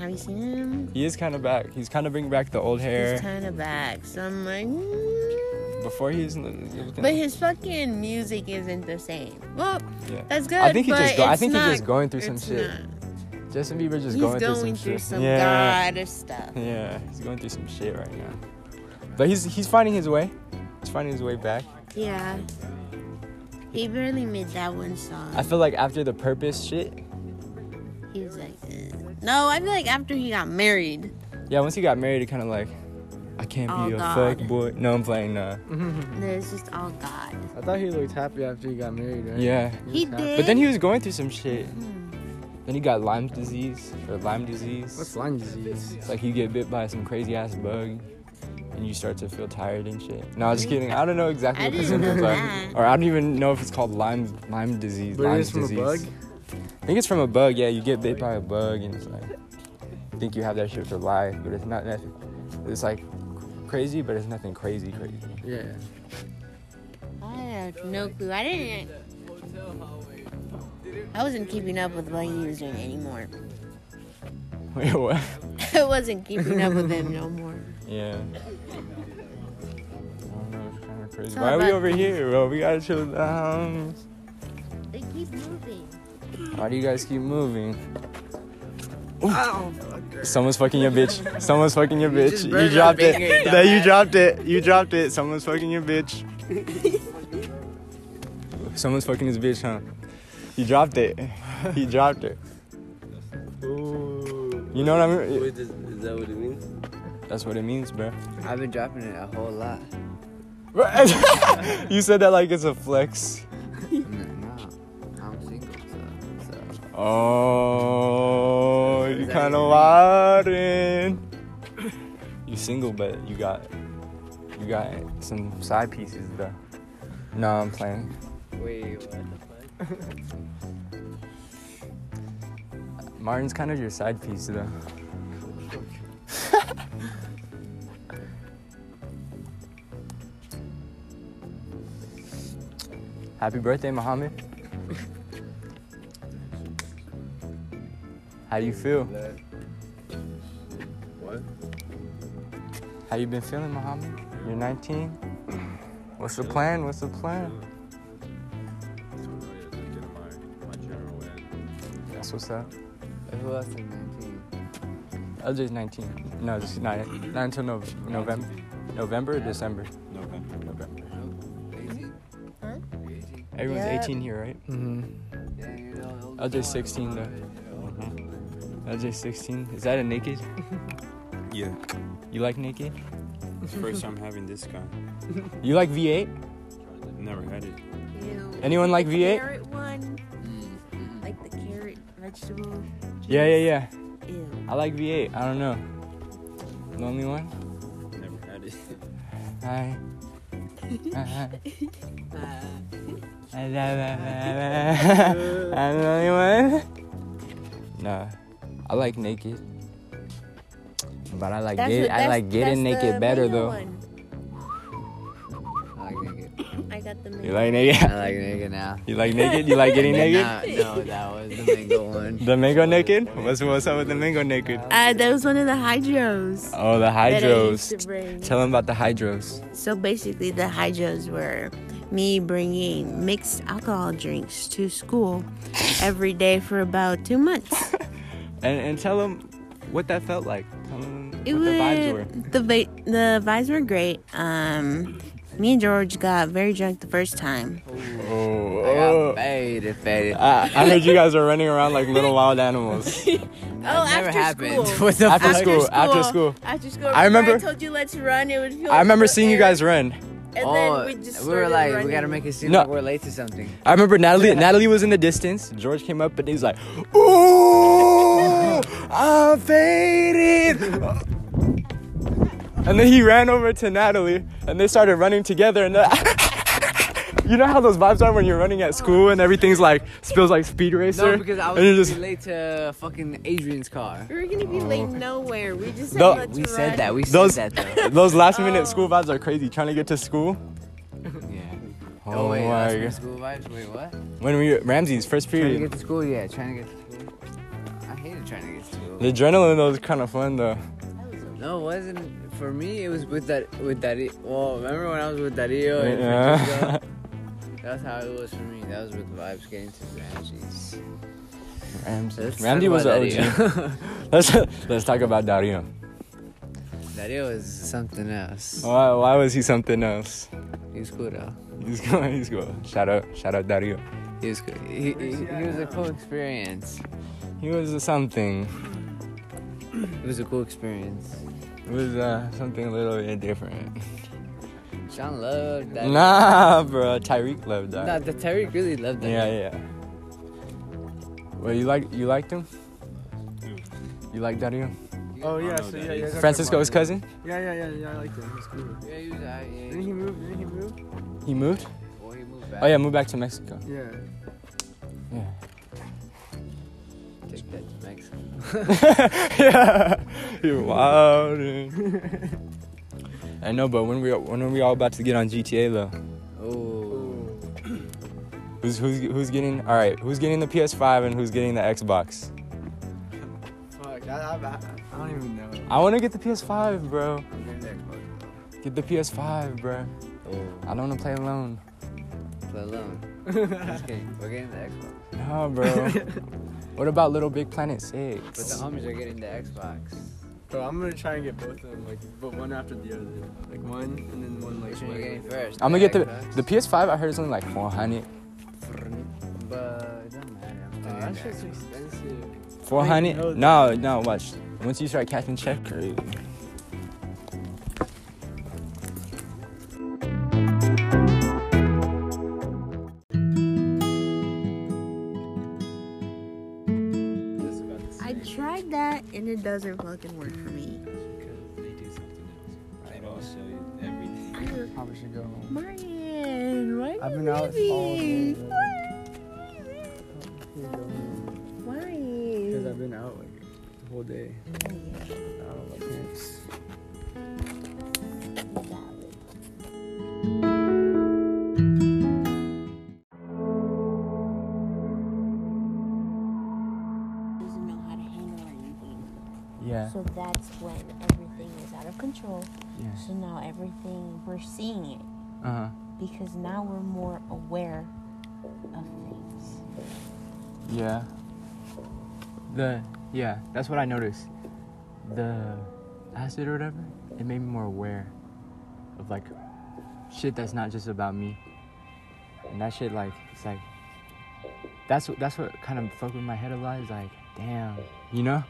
Speaker 2: Have you seen him?
Speaker 1: He is kind of back. He's kind of bringing back the old
Speaker 2: He's
Speaker 1: hair.
Speaker 2: kind of back. So I'm like, mm.
Speaker 1: Before he's. in the-
Speaker 2: but his fucking music isn't the same. Well,
Speaker 1: Yeah.
Speaker 2: that's good.
Speaker 1: I think he
Speaker 2: but
Speaker 1: just go- I
Speaker 2: it's
Speaker 1: think he's
Speaker 2: not-
Speaker 1: just going through some
Speaker 2: it's
Speaker 1: shit.
Speaker 2: not.
Speaker 1: Justin Bieber just
Speaker 2: He's
Speaker 1: going,
Speaker 2: going,
Speaker 1: through some shit.
Speaker 2: god of stuff.
Speaker 1: *laughs* Yeah, he's going through some shit right now. But he's he's finding his way. He's finding his way back.
Speaker 2: Yeah. He barely made that one song.
Speaker 1: I feel like after the purpose shit,
Speaker 2: he was like, eh. no, I feel like after he got married.
Speaker 1: yeah, once he got married, it kind of like, I can't
Speaker 2: Oh,
Speaker 1: be a
Speaker 2: God.
Speaker 1: fuck boy. No, I'm playing. Nah.
Speaker 2: No, it's just all God.
Speaker 5: I thought he looked happy after he got married, right?
Speaker 1: Yeah.
Speaker 2: He
Speaker 5: But
Speaker 2: did.
Speaker 1: But then he was going through some shit. Then he got Lyme disease or Lyme disease.
Speaker 5: Hmm. What's Lyme disease?
Speaker 1: It's like you get bit by some crazy ass bug and you start to feel tired and shit. No, I was just kidding. I don't know exactly
Speaker 2: I
Speaker 1: what the
Speaker 2: didn't know
Speaker 1: symptoms are.
Speaker 2: that.
Speaker 1: Or I don't even know if it's called Lyme Lyme disease.
Speaker 5: But
Speaker 1: Lyme
Speaker 5: it is from
Speaker 1: disease.
Speaker 5: a bug.
Speaker 1: I think it's from a bug, yeah. You get bit by a bug and it's like you think you have that shit for life, but it's not nothing it's like crazy, but it's nothing crazy crazy. *laughs*
Speaker 5: Yeah.
Speaker 2: I have no clue. I didn't. I wasn't keeping up with what he was doing anymore. *laughs*
Speaker 1: Wait, what?
Speaker 2: I wasn't keeping up with him no *laughs* more.
Speaker 1: Yeah. I don't know, it's kinda crazy.
Speaker 2: It's all
Speaker 1: Why are we
Speaker 2: about-
Speaker 1: over here, bro? We gotta chill down.
Speaker 2: They keep moving.
Speaker 1: Why do you guys keep moving? Someone's fucking your bitch. Someone's fucking your bitch. You, dropped it. That you dropped it. You dropped it. Someone's fucking your bitch. *laughs* Someone's fucking his bitch, huh? He dropped it. He dropped it. You know what I mean?
Speaker 10: is, that what it means?
Speaker 1: That's what it means, bro.
Speaker 3: I've been dropping it a whole lot.
Speaker 1: *laughs* you said that like it's a flex.
Speaker 3: I'm not- no, I'm single, so, so.
Speaker 1: Oh, you
Speaker 3: Is that
Speaker 1: kind
Speaker 3: your
Speaker 1: of
Speaker 3: name?
Speaker 1: lying. You single, but you got you got some side pieces though. No, I'm playing.
Speaker 3: Wait, what?
Speaker 1: Martin's kind of your side piece though. *laughs* Happy birthday, Muhammad. How do you feel?
Speaker 7: What?
Speaker 1: How you been feeling, Muhammad? Mm-hmm. You're 19. What's the plan? What's the plan? That's what's up.
Speaker 3: Who else is
Speaker 1: LJ's
Speaker 3: 19?
Speaker 1: 19. No, it's not, not until no, November. November or December?
Speaker 7: November. November.
Speaker 1: Everyone's
Speaker 2: Yep.
Speaker 1: 18 here, right?
Speaker 5: Mm-hmm.
Speaker 1: LJ 16 though.
Speaker 7: Mm-hmm.
Speaker 1: LJ 16. Is that a naked?
Speaker 7: Yeah.
Speaker 1: You like naked?
Speaker 7: It's the first time having this guy.
Speaker 1: You like V8?
Speaker 7: Never had it.
Speaker 1: Anyone like V8?
Speaker 2: Carrot one.
Speaker 1: Mm-hmm.
Speaker 2: Like the carrot vegetable.
Speaker 1: Yeah, yeah, yeah.
Speaker 2: Ew.
Speaker 1: I like V8. I don't know. Lonely one?
Speaker 7: Never had it.
Speaker 1: *laughs* Hi. I'm the only one. Nah, I like naked. But I like
Speaker 2: That's
Speaker 1: get,
Speaker 2: what-
Speaker 1: I
Speaker 2: that's-
Speaker 1: like
Speaker 2: that's
Speaker 1: getting
Speaker 2: the
Speaker 1: naked better
Speaker 2: mango
Speaker 1: though.
Speaker 2: one.
Speaker 3: I like naked.
Speaker 2: I got the
Speaker 1: You
Speaker 2: mango.
Speaker 1: like naked? *laughs*
Speaker 3: I like naked now.
Speaker 1: You like naked? You like getting naked?
Speaker 3: *laughs* Nah, no, that was the mango
Speaker 1: *laughs*
Speaker 3: one.
Speaker 1: The mango naked? What's what's up with the mango naked?
Speaker 2: Uh, that was one of the hydros.
Speaker 1: Oh, the
Speaker 2: that I used
Speaker 1: hydros.
Speaker 2: to bring.
Speaker 1: Tell them about the hydros.
Speaker 2: So basically, the hydros were me bringing mixed alcohol drinks to school every day for about two
Speaker 1: *laughs*
Speaker 2: months.
Speaker 1: And and tell them what that felt like. Tell them what the
Speaker 2: It
Speaker 1: vibes were.
Speaker 2: would- The, vi- the vibes were great. Um, me and George got very drunk the first time.
Speaker 1: Oh,
Speaker 3: I got faded, faded.
Speaker 1: I, I heard you guys are running around like little wild animals.
Speaker 2: Oh,
Speaker 3: Never happened. *laughs* What the
Speaker 1: After
Speaker 3: fuck?
Speaker 1: school, after school.
Speaker 2: After school.
Speaker 1: I remember-
Speaker 2: I told you let's run. It would feel
Speaker 1: I remember
Speaker 2: like
Speaker 1: seeing you
Speaker 2: air.
Speaker 1: guys run.
Speaker 2: And
Speaker 3: Oh,
Speaker 2: then we just
Speaker 3: we were
Speaker 2: started
Speaker 3: like, we
Speaker 2: running.
Speaker 3: gotta make it seem
Speaker 1: No.
Speaker 3: like we're late to something.
Speaker 1: I remember Natalie. Natalie was in the distance. George came up and he was like, "Ooh, I'm faded." and then he ran over to Natalie, and they started running together. And *laughs* you know how those vibes are when you're running at school and everything's like spills like speed racer.
Speaker 3: No, because I was
Speaker 1: and you're
Speaker 3: gonna
Speaker 1: just
Speaker 3: be late to uh, fucking Adrian's car.
Speaker 9: We were gonna be late
Speaker 1: Oh.
Speaker 9: nowhere. We just said
Speaker 1: No,
Speaker 9: let's
Speaker 3: We
Speaker 9: run.
Speaker 3: said that. We said
Speaker 1: Those-
Speaker 3: that
Speaker 1: *laughs*
Speaker 3: though.
Speaker 1: *laughs* those last minute school vibes are crazy. Trying to get to school.
Speaker 3: yeah.
Speaker 1: Oh,
Speaker 3: Oh,
Speaker 1: my
Speaker 3: wait, that's
Speaker 1: God.
Speaker 3: from school vibes. Wait, what?
Speaker 1: When we were Ramsey's first
Speaker 3: Trying to
Speaker 1: period,
Speaker 3: get to school? Yeah, trying to get to school. I hated trying to get to school.
Speaker 1: the adrenaline though was kind of fun though.
Speaker 3: No, it wasn't. For me, it was with that with Dario. Well, remember when I was with Dario and
Speaker 1: Yeah.
Speaker 3: Francisco? That's how it was for me. That was with vibes getting to Ramsey's.
Speaker 1: *laughs* Ramsey,
Speaker 3: Let's
Speaker 1: Ramsey
Speaker 3: talk
Speaker 1: was
Speaker 3: about
Speaker 1: the OG.
Speaker 3: *laughs*
Speaker 1: let's *laughs* let's talk about Dario.
Speaker 3: Dario is something else.
Speaker 1: Why, why was he something else? *laughs*
Speaker 3: He's cool though.
Speaker 1: He's going. He's going. Shout out, shout out Dario.
Speaker 3: He was cool. He, he, he was a cool experience.
Speaker 1: He was something.
Speaker 3: It was a cool experience.
Speaker 1: It was uh, something a little bit different.
Speaker 3: Sean loved Dario.
Speaker 1: Nah, bro. Tyreek loved that.
Speaker 3: Nah, the Terry really loved that.
Speaker 1: Yeah, yeah. Well, you like you liked him. You like Dario?
Speaker 5: Oh yeah, so yeah, yeah.
Speaker 1: Francisco's cousin.
Speaker 5: Yeah, yeah, yeah, yeah. I liked him. He's cool.
Speaker 3: Yeah, he was alright, yeah,
Speaker 5: Didn't
Speaker 3: he-
Speaker 5: he move? Didn't he move?
Speaker 1: He moved.
Speaker 3: well, he moved back.
Speaker 1: Oh yeah, moved back to Mexico.
Speaker 5: Yeah.
Speaker 3: Take that to Mexico.
Speaker 1: yeah, you're wild. *laughs* I know, but when we when are we all about to get on GTA though?
Speaker 3: Oh.
Speaker 1: Who's who's who's getting? All right, who's getting the PS5 and who's getting the Xbox?
Speaker 5: Fuck. I, I, I- I don't even know.
Speaker 1: I want to get the PS5, bro.
Speaker 5: I'm getting the Xbox.
Speaker 1: Get the PS5, bro. I don't want to play alone.
Speaker 3: Play alone.
Speaker 5: *laughs*
Speaker 3: Just kidding. We're getting the Xbox.
Speaker 1: No, bro. what about Little Big Planet
Speaker 3: But the
Speaker 1: Six?
Speaker 3: homies are getting the Xbox.
Speaker 5: Bro, I'm gonna try and get both of them, like, but one after the other, like one and then one like.
Speaker 3: Which one
Speaker 5: way
Speaker 3: you getting
Speaker 5: later.
Speaker 3: first?
Speaker 1: I'm gonna get the
Speaker 3: Xbox?
Speaker 1: the PS5. I heard it's only like 400.
Speaker 3: But it don't matter. I'm
Speaker 5: Nah,
Speaker 3: getting
Speaker 5: that
Speaker 3: the
Speaker 5: shit's
Speaker 3: Xbox.
Speaker 5: expensive. Wait,
Speaker 1: 400?
Speaker 5: no.
Speaker 1: No, no, watch. Once you start catching check,
Speaker 9: I tried that and it doesn't fucking work for me.
Speaker 7: They do something else. They don't show you everything.
Speaker 5: Probably should go home.
Speaker 9: Marion, why are
Speaker 5: I've
Speaker 9: you
Speaker 5: been out all day.
Speaker 9: leaving?
Speaker 5: Should go home. Cause
Speaker 9: Why?
Speaker 5: I've been out like the whole day. I don't like pants.
Speaker 2: doesn't know how to handle anything.
Speaker 1: Yeah.
Speaker 2: So that's when everything is out of control.
Speaker 1: Yeah.
Speaker 2: So now everything we're seeing it
Speaker 1: Uh huh.
Speaker 2: because now we're more aware of things.
Speaker 1: Yeah. The yeah, that's what I noticed. The acid or whatever, it made me more aware of like shit that's not just about me. And that shit like it's like that's what that's what kind of fucked with my head a lot is like, damn, you know?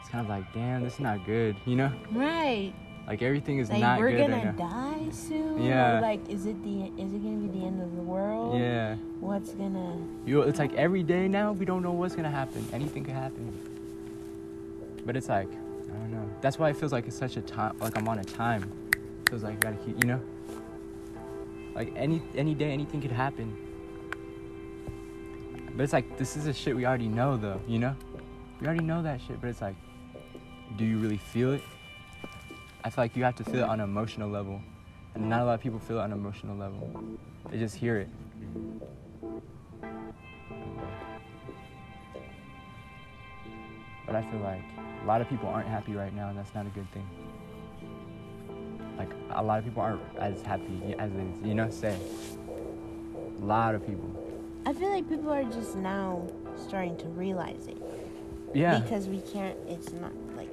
Speaker 1: It's kind of like, damn, this is not good, you know?
Speaker 2: Right.
Speaker 1: Like everything is
Speaker 2: Like
Speaker 1: not
Speaker 2: we're
Speaker 1: good
Speaker 2: gonna
Speaker 1: right now.
Speaker 2: die soon. or,
Speaker 1: Yeah.
Speaker 2: Like is it the is it gonna be the end of the world?
Speaker 1: Yeah.
Speaker 2: What's gonna
Speaker 1: You it's like every day now we don't know what's gonna happen. Anything could happen. But it's like I don't know. That's why it feels like it's such a time like I'm on a time. feels like I gotta keep you know? Like any any day anything could happen. But it's like this is a shit we already know though, you know? We already know that shit, but it's like do you really feel it? I feel like you have to feel it on an emotional level. And not a lot of people feel it on an emotional level. They just hear it. But I feel like a lot of people aren't happy right now, and that's not a good thing. Like a lot of people aren't as happy as they, you know, say. A lot of people.
Speaker 2: I feel like people are just now starting to realize it
Speaker 1: Yeah,
Speaker 2: because we can't. It's not like,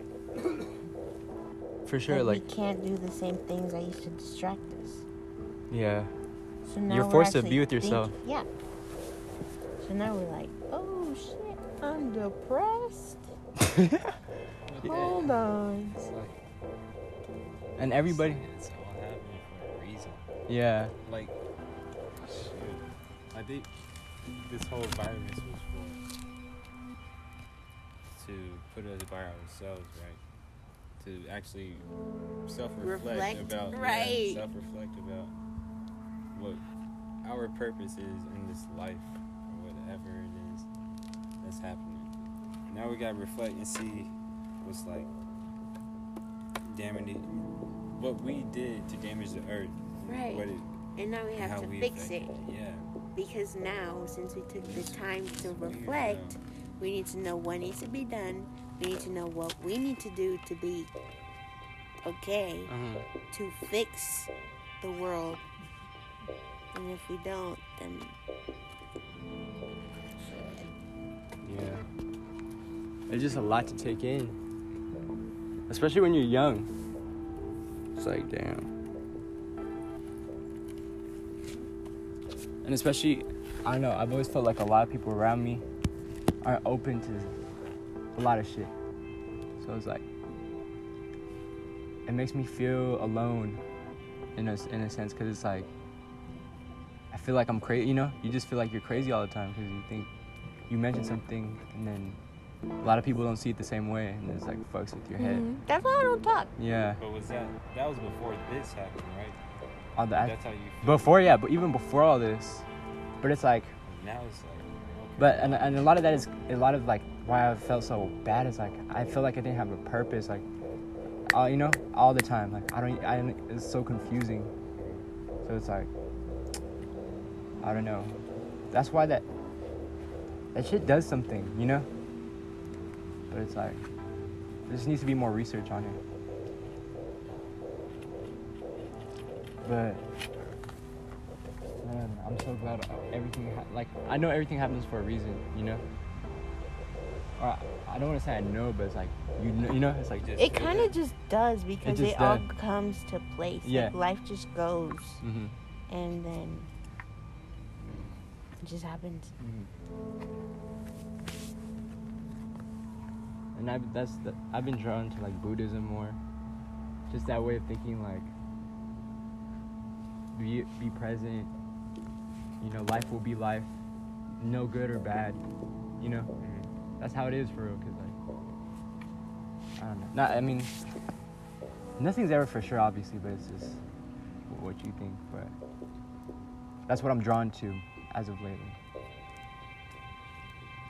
Speaker 1: for sure.
Speaker 2: like
Speaker 1: Like,
Speaker 2: we can't do the same things that used to distract us.
Speaker 1: yeah,
Speaker 2: So now
Speaker 1: You're
Speaker 2: we're
Speaker 1: forced to
Speaker 2: actually
Speaker 1: be with yourself.
Speaker 2: thinking- yeah. So now we're like, oh shit, I'm
Speaker 1: *laughs*
Speaker 2: depressed. Hold on.
Speaker 1: and everybody.
Speaker 7: *laughs* It's all happening for a reason.
Speaker 1: Yeah,
Speaker 7: Like, shit. I think this whole virus was for to put us by ourselves, right? To to actually self-reflect
Speaker 2: Reflect,
Speaker 7: about yeah,
Speaker 2: right.
Speaker 7: self-reflect about what our purpose is in this life or whatever it is that's happening. Now we gotta reflect and see what's like damaging what we did to damage the earth.
Speaker 2: Right.
Speaker 7: What it,
Speaker 2: And now we
Speaker 7: and how
Speaker 2: have to
Speaker 7: we
Speaker 2: fix it
Speaker 7: affected Yeah.
Speaker 2: because now, since we took the time to
Speaker 7: weird,
Speaker 2: reflect, we need to know what needs to be done. We need to know what we need to do to be okay to fix the world. And if we don't, then
Speaker 1: Yeah. It's just a lot to take in. Especially when you're young. It's like, damn. And especially, I don't know, I've always felt like a lot of people around me aren't open to a lot of shit. So it's like, it makes me feel alone in a, in a sense, because it's like, I feel like I'm crazy, you know? You just feel like you're crazy all the time because you think you mention something and then a lot of people don't see it the same way and it's like fucks with your head.
Speaker 2: Mm-hmm. that's why I don't talk.
Speaker 1: Yeah.
Speaker 7: But was that that was before this happened, right?
Speaker 1: All the
Speaker 7: That's how you feel.
Speaker 1: before yeah, but even before all this, but it's like
Speaker 7: now it's like
Speaker 1: but and, and a lot of that is a lot of like why I felt so bad is like I felt like I didn't have a purpose like all you know all the time like I don't I don't- it's so confusing so it's like I don't know that's why that that shit does something you know but it's like there just needs to be more research on it but man I'm so glad everything ha- like I know everything happens for a reason you know or I, I don't want to say I know but it's like you know, you know it's like
Speaker 2: It kind of just does because it,
Speaker 1: just
Speaker 2: all
Speaker 1: does.
Speaker 2: comes to place.
Speaker 1: Yeah.
Speaker 2: Like life just goes
Speaker 1: hmm
Speaker 2: and then it just happens.
Speaker 1: and I've that's the, I've been drawn to like Buddhism more, just that way of thinking like be be present. You know, life will be life, no good or bad. You know, that's how it is for real. Cause like I don't know, not I mean nothing's ever for sure, obviously, but it's just what you think. But that's what I'm drawn to as of lately.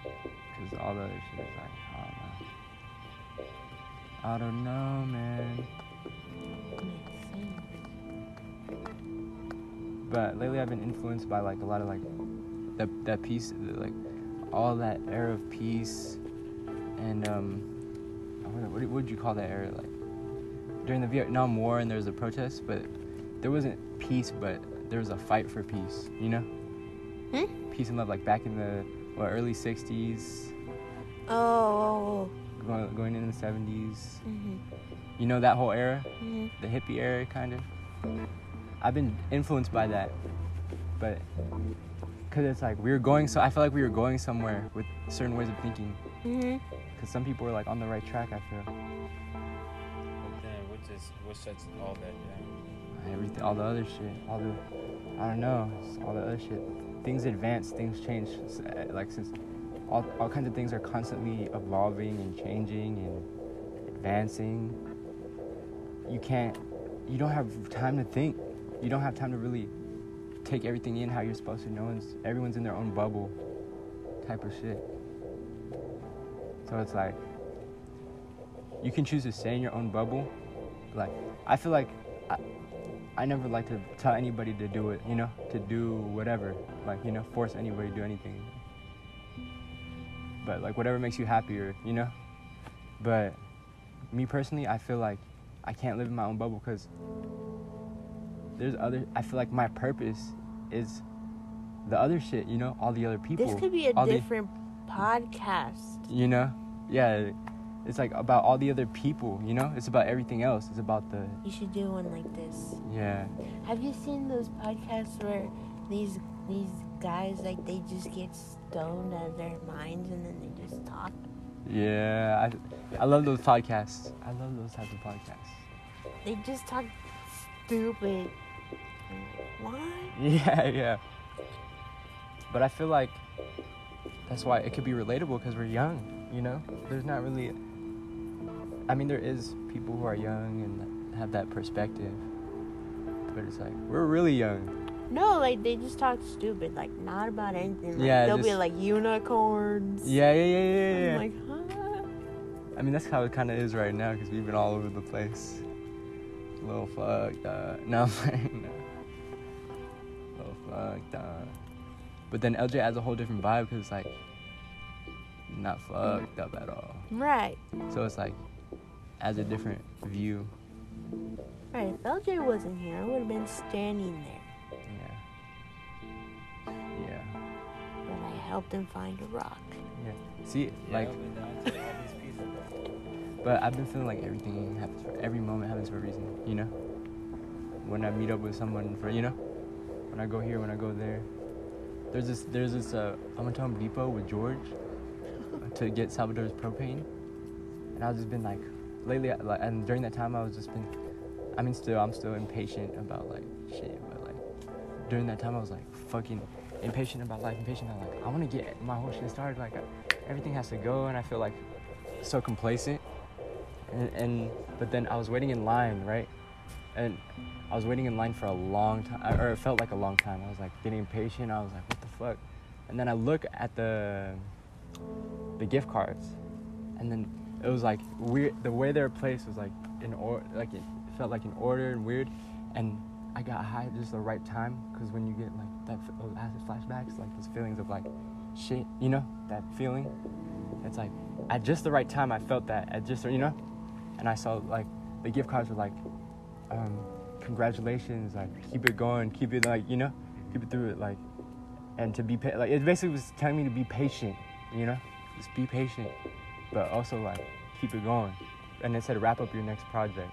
Speaker 1: Cause all the other shit is like, I don't know. I don't know, man.
Speaker 2: Hmm?
Speaker 1: But lately, I've been influenced by like a lot of like that that peace, like all that era of peace, and um, I don't know, what do- what would you call that era? Like during the Vietnam War, and there was a protest, but there wasn't peace, but there was a fight for peace. You know, peace and love. Like back in the what, early '60s,
Speaker 2: Oh, oh,
Speaker 1: going, going into the 70s.
Speaker 2: oh. hmm
Speaker 1: You know that whole era,
Speaker 2: hmm
Speaker 1: the hippie era, kind of. I've been influenced by that, but because it's like we were going so I feel like we were going somewhere with certain ways of thinking.
Speaker 2: hmm
Speaker 1: Because some people were like on the right track. I feel
Speaker 7: But then what just what shuts all that down?
Speaker 1: everything, all the other shit, all the I don't know, it's all the other shit. Things advance, things change. s- uh, Like since all all kinds of things are constantly evolving and changing and advancing. You can't, you don't have time to think. You don't have time to really take everything in how you're supposed to. No one's, everyone's in their own bubble, type of shit. So it's like you can choose to stay in your own bubble. Like I feel like I, I never like to tell anybody to do it. You know, to do whatever. Like you know, force anybody to do anything. But like whatever makes you happier, you know. But me personally, I feel like I can't live in my own bubble because there's other. I feel like my purpose is the other shit. You know, all the other people.
Speaker 2: This could be a
Speaker 1: all the-
Speaker 2: different podcast.
Speaker 1: you know yeah it's like about all the other people you know it's about everything else it's about the
Speaker 2: You should do one like this.
Speaker 1: yeah
Speaker 2: Have you seen those podcasts where these these guys like they just get stoned out of their minds and then they just talk?
Speaker 1: yeah i, I love those podcasts i love those types of podcasts *laughs*
Speaker 2: They just talk stupid. Why?
Speaker 1: yeah yeah but i feel like that's why it could be relatable because we're young you know there's not really I mean, there is people who are young and have that perspective, but it's like we're really young.
Speaker 2: No, like they just talk stupid, like not about anything. Like,
Speaker 1: Yeah,
Speaker 2: they'll be
Speaker 1: just-
Speaker 2: like unicorns.
Speaker 1: Yeah, yeah, yeah, yeah, yeah. yeah.
Speaker 2: I'm like, huh?
Speaker 1: I mean, that's how it kind of is right now because we've been all over the place. Little fucked up. *laughs* No, I'm playing. No. Little fucked up. But then LJ adds a whole different vibe because it's like, not fucked up at all.
Speaker 2: Right.
Speaker 1: So it's like, adds a different view.
Speaker 2: Right. If LJ wasn't here, I would have been standing there.
Speaker 1: Yeah. Yeah.
Speaker 2: But I helped him find a rock.
Speaker 1: See, like,
Speaker 7: but that's all these people.
Speaker 1: but I've been feeling like everything happens for every moment happens for a reason, you know? When I meet up with someone for, you know? When I go here, when I go there. There's this, there's this, uh, I went to Home Depot with George to get Salvador's propane. And I've just been like, lately, I- like, and during that time, I was just been, I mean, still, I'm still impatient about like shit, but like, during that time, I was like fucking impatient about life, impatient about like, I wanna get my whole shit started, like, everything has to go, and I feel like so complacent and, and but then I was waiting in line, right? And I was waiting in line for a long time, or it felt like a long time. I was like getting impatient. I was like, what the fuck? And then I look at the the gift cards, and then it was like weird. The way they were placed was like in or like it felt like an order and weird. And I got high just the right time because when you get like that f- those acid flashbacks, like those feelings of like shit, you know, that feeling. It's like at just the right time I felt that at just you know, and I saw like the gift cards were like, um, congratulations, like keep it going, keep it like you know, keep it through it like, and to be pa- like it basically was telling me to be patient, you know, just be patient, but also like keep it going, and it said wrap up your next project,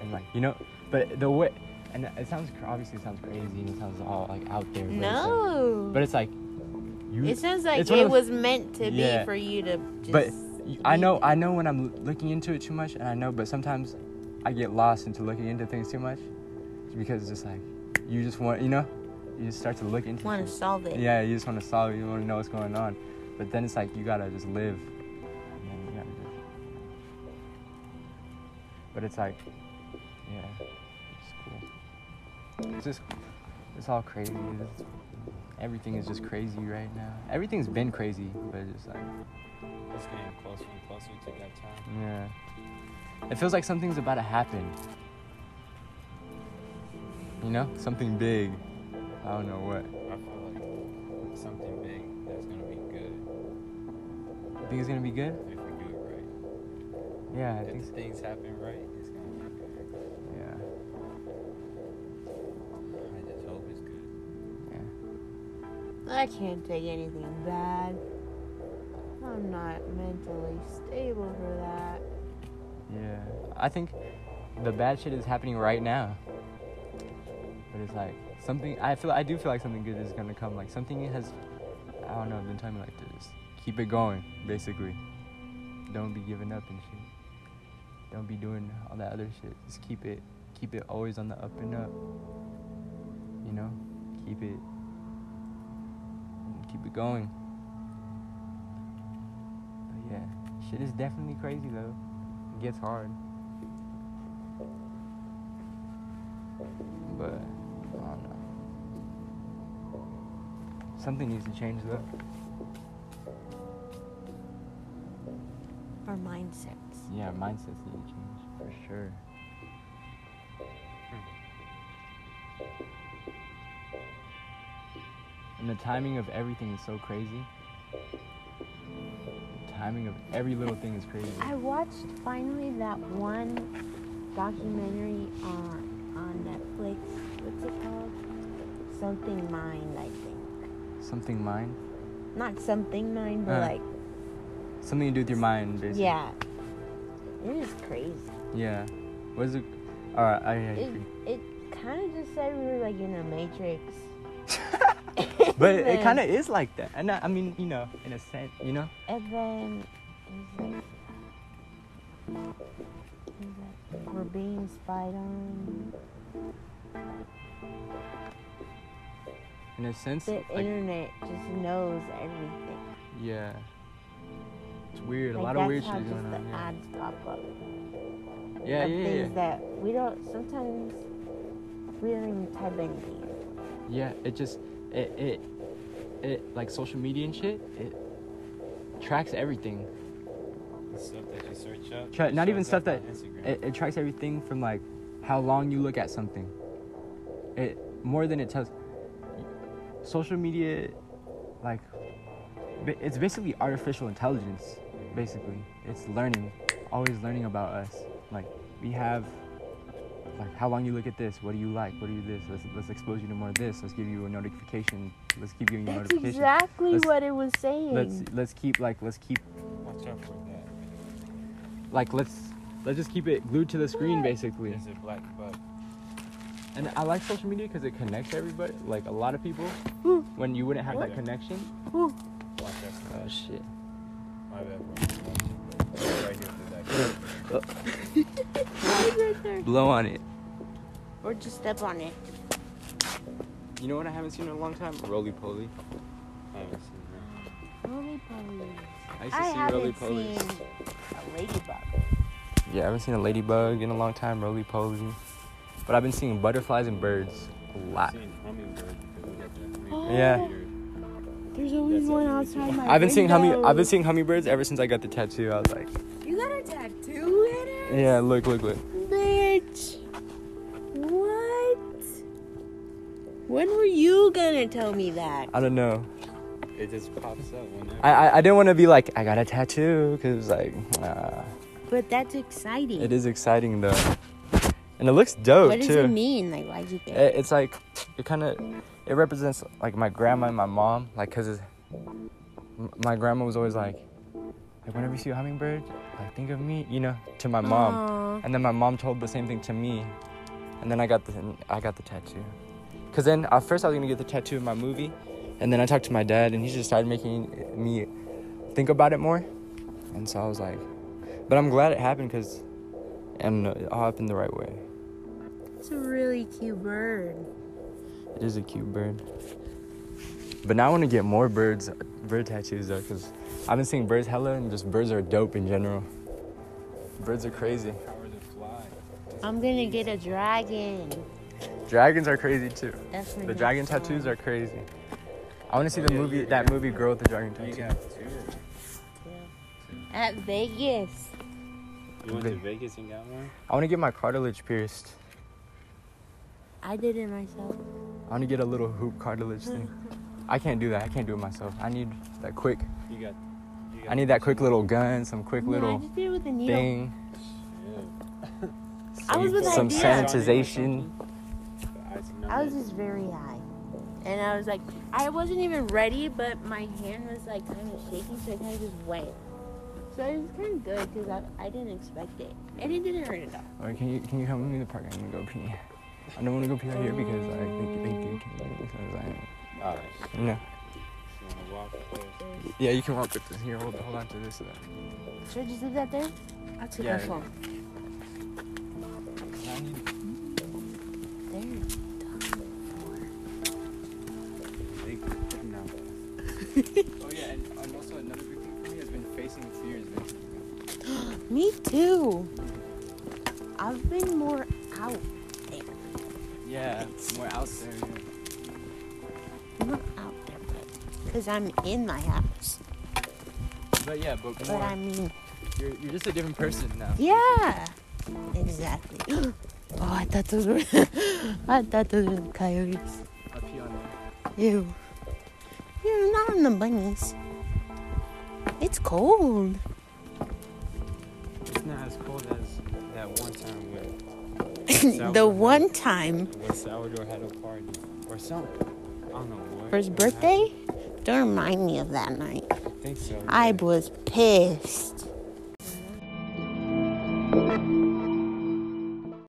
Speaker 1: and like you know, but the way, and it sounds cr- obviously it sounds crazy and it sounds all like out there, but it's, like-
Speaker 2: No.
Speaker 1: but it's like. You,
Speaker 2: it sounds like
Speaker 1: it's one of
Speaker 2: it
Speaker 1: those-
Speaker 2: was meant to
Speaker 1: Yeah.
Speaker 2: be for you to just.
Speaker 1: but y- I know I know when I'm l- looking into it too much, and I know, but sometimes I get lost into looking into things too much, because it's just like you just want, you know, you just start to look into.
Speaker 2: want
Speaker 1: shit.
Speaker 2: to solve it.
Speaker 1: Yeah, you just want to solve. it, You want to know what's going on, but then it's like you gotta just live. And then you gotta just- But it's like, yeah, it's cool. It's just, it's all crazy. It's- everything is just crazy right now. Everything's been crazy, but it's just like.
Speaker 7: It's getting closer and closer to that time.
Speaker 1: Yeah. It feels like something's about to happen. You know? Something big. I don't know what.
Speaker 7: I feel like something big that's gonna be good
Speaker 1: You think it's gonna be good?
Speaker 7: if we do it right.
Speaker 1: Yeah, I
Speaker 7: if
Speaker 1: think so.
Speaker 7: things happen right, it's gonna be good.
Speaker 1: Yeah.
Speaker 7: I just hope it's good.
Speaker 2: I can't take anything bad. I'm not mentally stable for that.
Speaker 1: Yeah. I think the bad shit is happening right now. But it's like something I feel I do feel like something good is gonna come. Like something has I don't know, I've been telling me like to just keep it going, basically. Don't be giving up and shit. Don't be doing all that other shit. Just keep it keep it always on the up and up. You know? Keep it keep it going. But yeah. Shit is definitely crazy though. It gets hard. But I don't know. Something needs to change though.
Speaker 2: Our mindsets.
Speaker 1: Yeah, mindsets need to change for sure. And the timing of everything is so crazy. The timing of every little thing is crazy.
Speaker 2: I watched finally that one documentary on on Netflix. What's it called? Something Mind, I think.
Speaker 1: Something mind.
Speaker 2: Not Something Mind, but
Speaker 1: Uh,
Speaker 2: like
Speaker 1: Something to do with your mind, basically.
Speaker 2: yeah. It is crazy.
Speaker 1: Yeah. What is it? Alright, I I
Speaker 2: It
Speaker 1: agree.
Speaker 2: it kind of just said we were like in a matrix.
Speaker 1: *laughs* But it
Speaker 2: Then-
Speaker 1: kind of is like that. And I, I mean, you know, in a sense, you know?
Speaker 2: *laughs* And then he's like, he's like, we're being spied on.
Speaker 1: In a sense,
Speaker 2: The
Speaker 1: like,
Speaker 2: internet just knows everything.
Speaker 1: yeah. It's weird. A
Speaker 11: Like
Speaker 1: lot of
Speaker 11: that's
Speaker 1: weird
Speaker 11: how
Speaker 1: shit
Speaker 11: just
Speaker 1: going
Speaker 11: the
Speaker 1: on. yeah.
Speaker 11: ads pop up.
Speaker 1: Yeah,
Speaker 11: of
Speaker 1: yeah, yeah.
Speaker 11: things that we don't sometimes we don't even type anything.
Speaker 1: Yeah, it just it it it like social media and shit. It tracks everything.
Speaker 7: The stuff that you search up.
Speaker 1: Tra- not even
Speaker 7: shows up
Speaker 1: stuff that
Speaker 7: on Instagram.
Speaker 1: it, it tracks everything from like how long you look at something. It more than it tells. Social media, like, ba- it's basically artificial intelligence. Basically, it's learning, always learning about us. Like we have, like how long you look at this. What do you like? What do you this? Let's let's expose you to more of this. Let's give you a notification. Let's keep giving you
Speaker 11: That's
Speaker 1: notifications.
Speaker 11: exactly
Speaker 1: Let's-
Speaker 11: what it was saying.
Speaker 1: Let's let's keep like let's keep
Speaker 7: Watch out for that.
Speaker 1: like let's let's just keep it glued to the screen basically.
Speaker 7: There's a black bug.
Speaker 1: And I like social media because it connects everybody, like a lot of
Speaker 11: *gasps*
Speaker 1: people. When you wouldn't have that
Speaker 7: Ooh.
Speaker 1: connection.
Speaker 7: Watch out for
Speaker 1: Oh shit.
Speaker 7: my bad. bro. Right here for that.
Speaker 1: *laughs* Blow on it.
Speaker 9: Or just step on it.
Speaker 1: You know what I haven't seen in a long time? Roly poly.
Speaker 7: I haven't seen
Speaker 11: Roly poly.
Speaker 1: I used
Speaker 11: I haven't
Speaker 1: Roly-Polies.
Speaker 11: seen a ladybug.
Speaker 1: Yeah, I haven't seen a ladybug in a long time. Roly poly. But I've been seeing butterflies and birds a
Speaker 7: that. I've
Speaker 1: lot.
Speaker 7: seen hummingbird because we got that
Speaker 1: Yeah.
Speaker 7: hummingbird.
Speaker 11: There's always
Speaker 7: That's
Speaker 11: one
Speaker 7: what we
Speaker 11: outside my
Speaker 1: I've been seeing humming.
Speaker 11: window.
Speaker 1: I've been seeing hummingbirds ever since I got the tattoo. I was like,
Speaker 2: You got a tattoo in it?
Speaker 1: yeah, look, look, look.
Speaker 2: Bitch. What? When were you gonna tell me that?
Speaker 1: I don't know.
Speaker 11: Oh.
Speaker 7: It just pops up whenever.
Speaker 1: I I, I didn't want to be like I got a tattoo because like uh,
Speaker 9: But that's exciting.
Speaker 1: it is Oh, exciting though, and it looks dope
Speaker 9: what does
Speaker 1: too.
Speaker 9: it mean? Like, why'd you think?
Speaker 1: it, it's like it kind of it represents like my grandma and my mom like because my grandma was always like like whenever you see a hummingbird like think of me you know to my mom and then my mom told the same thing to me and then i got the i got the tattoo because then at first i was gonna get the tattoo in my movie and then i talked to my dad and he just started making me think about it more and so i was like but i'm glad it happened because and it all happened the right way
Speaker 2: It's a really cute bird.
Speaker 1: It is a cute bird. But now I want to get more birds, bird tattoos though, because I've been seeing birds hella and just birds are dope in general. Birds are crazy.
Speaker 7: Power to fly.
Speaker 11: I'm gonna get a dragon.
Speaker 1: Dragons are crazy too.
Speaker 11: That's my
Speaker 1: The dragon tattoos are crazy. I want to see the movie, that movie, Girl with the Dragon
Speaker 7: You
Speaker 1: Tattoo.
Speaker 7: got two.
Speaker 11: at Vegas.
Speaker 7: You went to Vegas and got one?
Speaker 1: I want to get my cartilage pierced.
Speaker 11: I did it myself.
Speaker 1: I want to get a little hoop cartilage thing. I can't do that. I can't do it myself. I need that quick.
Speaker 7: You got. You got
Speaker 1: I need that quick little gun, some quick
Speaker 11: No, I
Speaker 1: little
Speaker 11: just did it with a needle.
Speaker 1: thing,
Speaker 11: I was with
Speaker 1: some
Speaker 11: idea.
Speaker 1: sanitization.
Speaker 11: I was just very high. And I was like, I wasn't even ready, but my hand was like kind of shaking, so I kind of just went. So it was kind of good because I, I didn't expect it. And it didn't hurt at all.
Speaker 1: All right, can you can you help me to the park? I'm gonna go pee. I don't want to go pee right here because I think they do because I
Speaker 7: Alright.
Speaker 1: no.
Speaker 7: You wanna walk first?
Speaker 1: Yeah, you can walk with this. Here, hold, hold on to this. uh,
Speaker 11: Should I just leave that there?
Speaker 2: I'll take
Speaker 1: Yeah.
Speaker 2: this one.
Speaker 7: Big no.
Speaker 1: Oh yeah, and, and also another big thing for me has been facing fears. Man.
Speaker 2: Me too. I've been more out.
Speaker 1: Yeah, more out there. Yeah.
Speaker 2: I'm not out there, but because I'm in my house.
Speaker 1: But yeah, but
Speaker 2: But
Speaker 1: more.
Speaker 2: I mean,
Speaker 1: You're, you're just a different person now.
Speaker 2: yeah, exactly. *gasps* Oh, I thought those were, *laughs* I thought those were coyotes.
Speaker 1: I pee on
Speaker 2: Ew. You're not on the bunnies. It's cold. *laughs*
Speaker 7: It's not as cold as that one time when
Speaker 2: the one time
Speaker 7: when sourdough had a party or something. I don't know what.
Speaker 2: for his
Speaker 7: what happened.
Speaker 2: birthday, don't remind me of that night.
Speaker 7: I think so.
Speaker 2: I was pissed.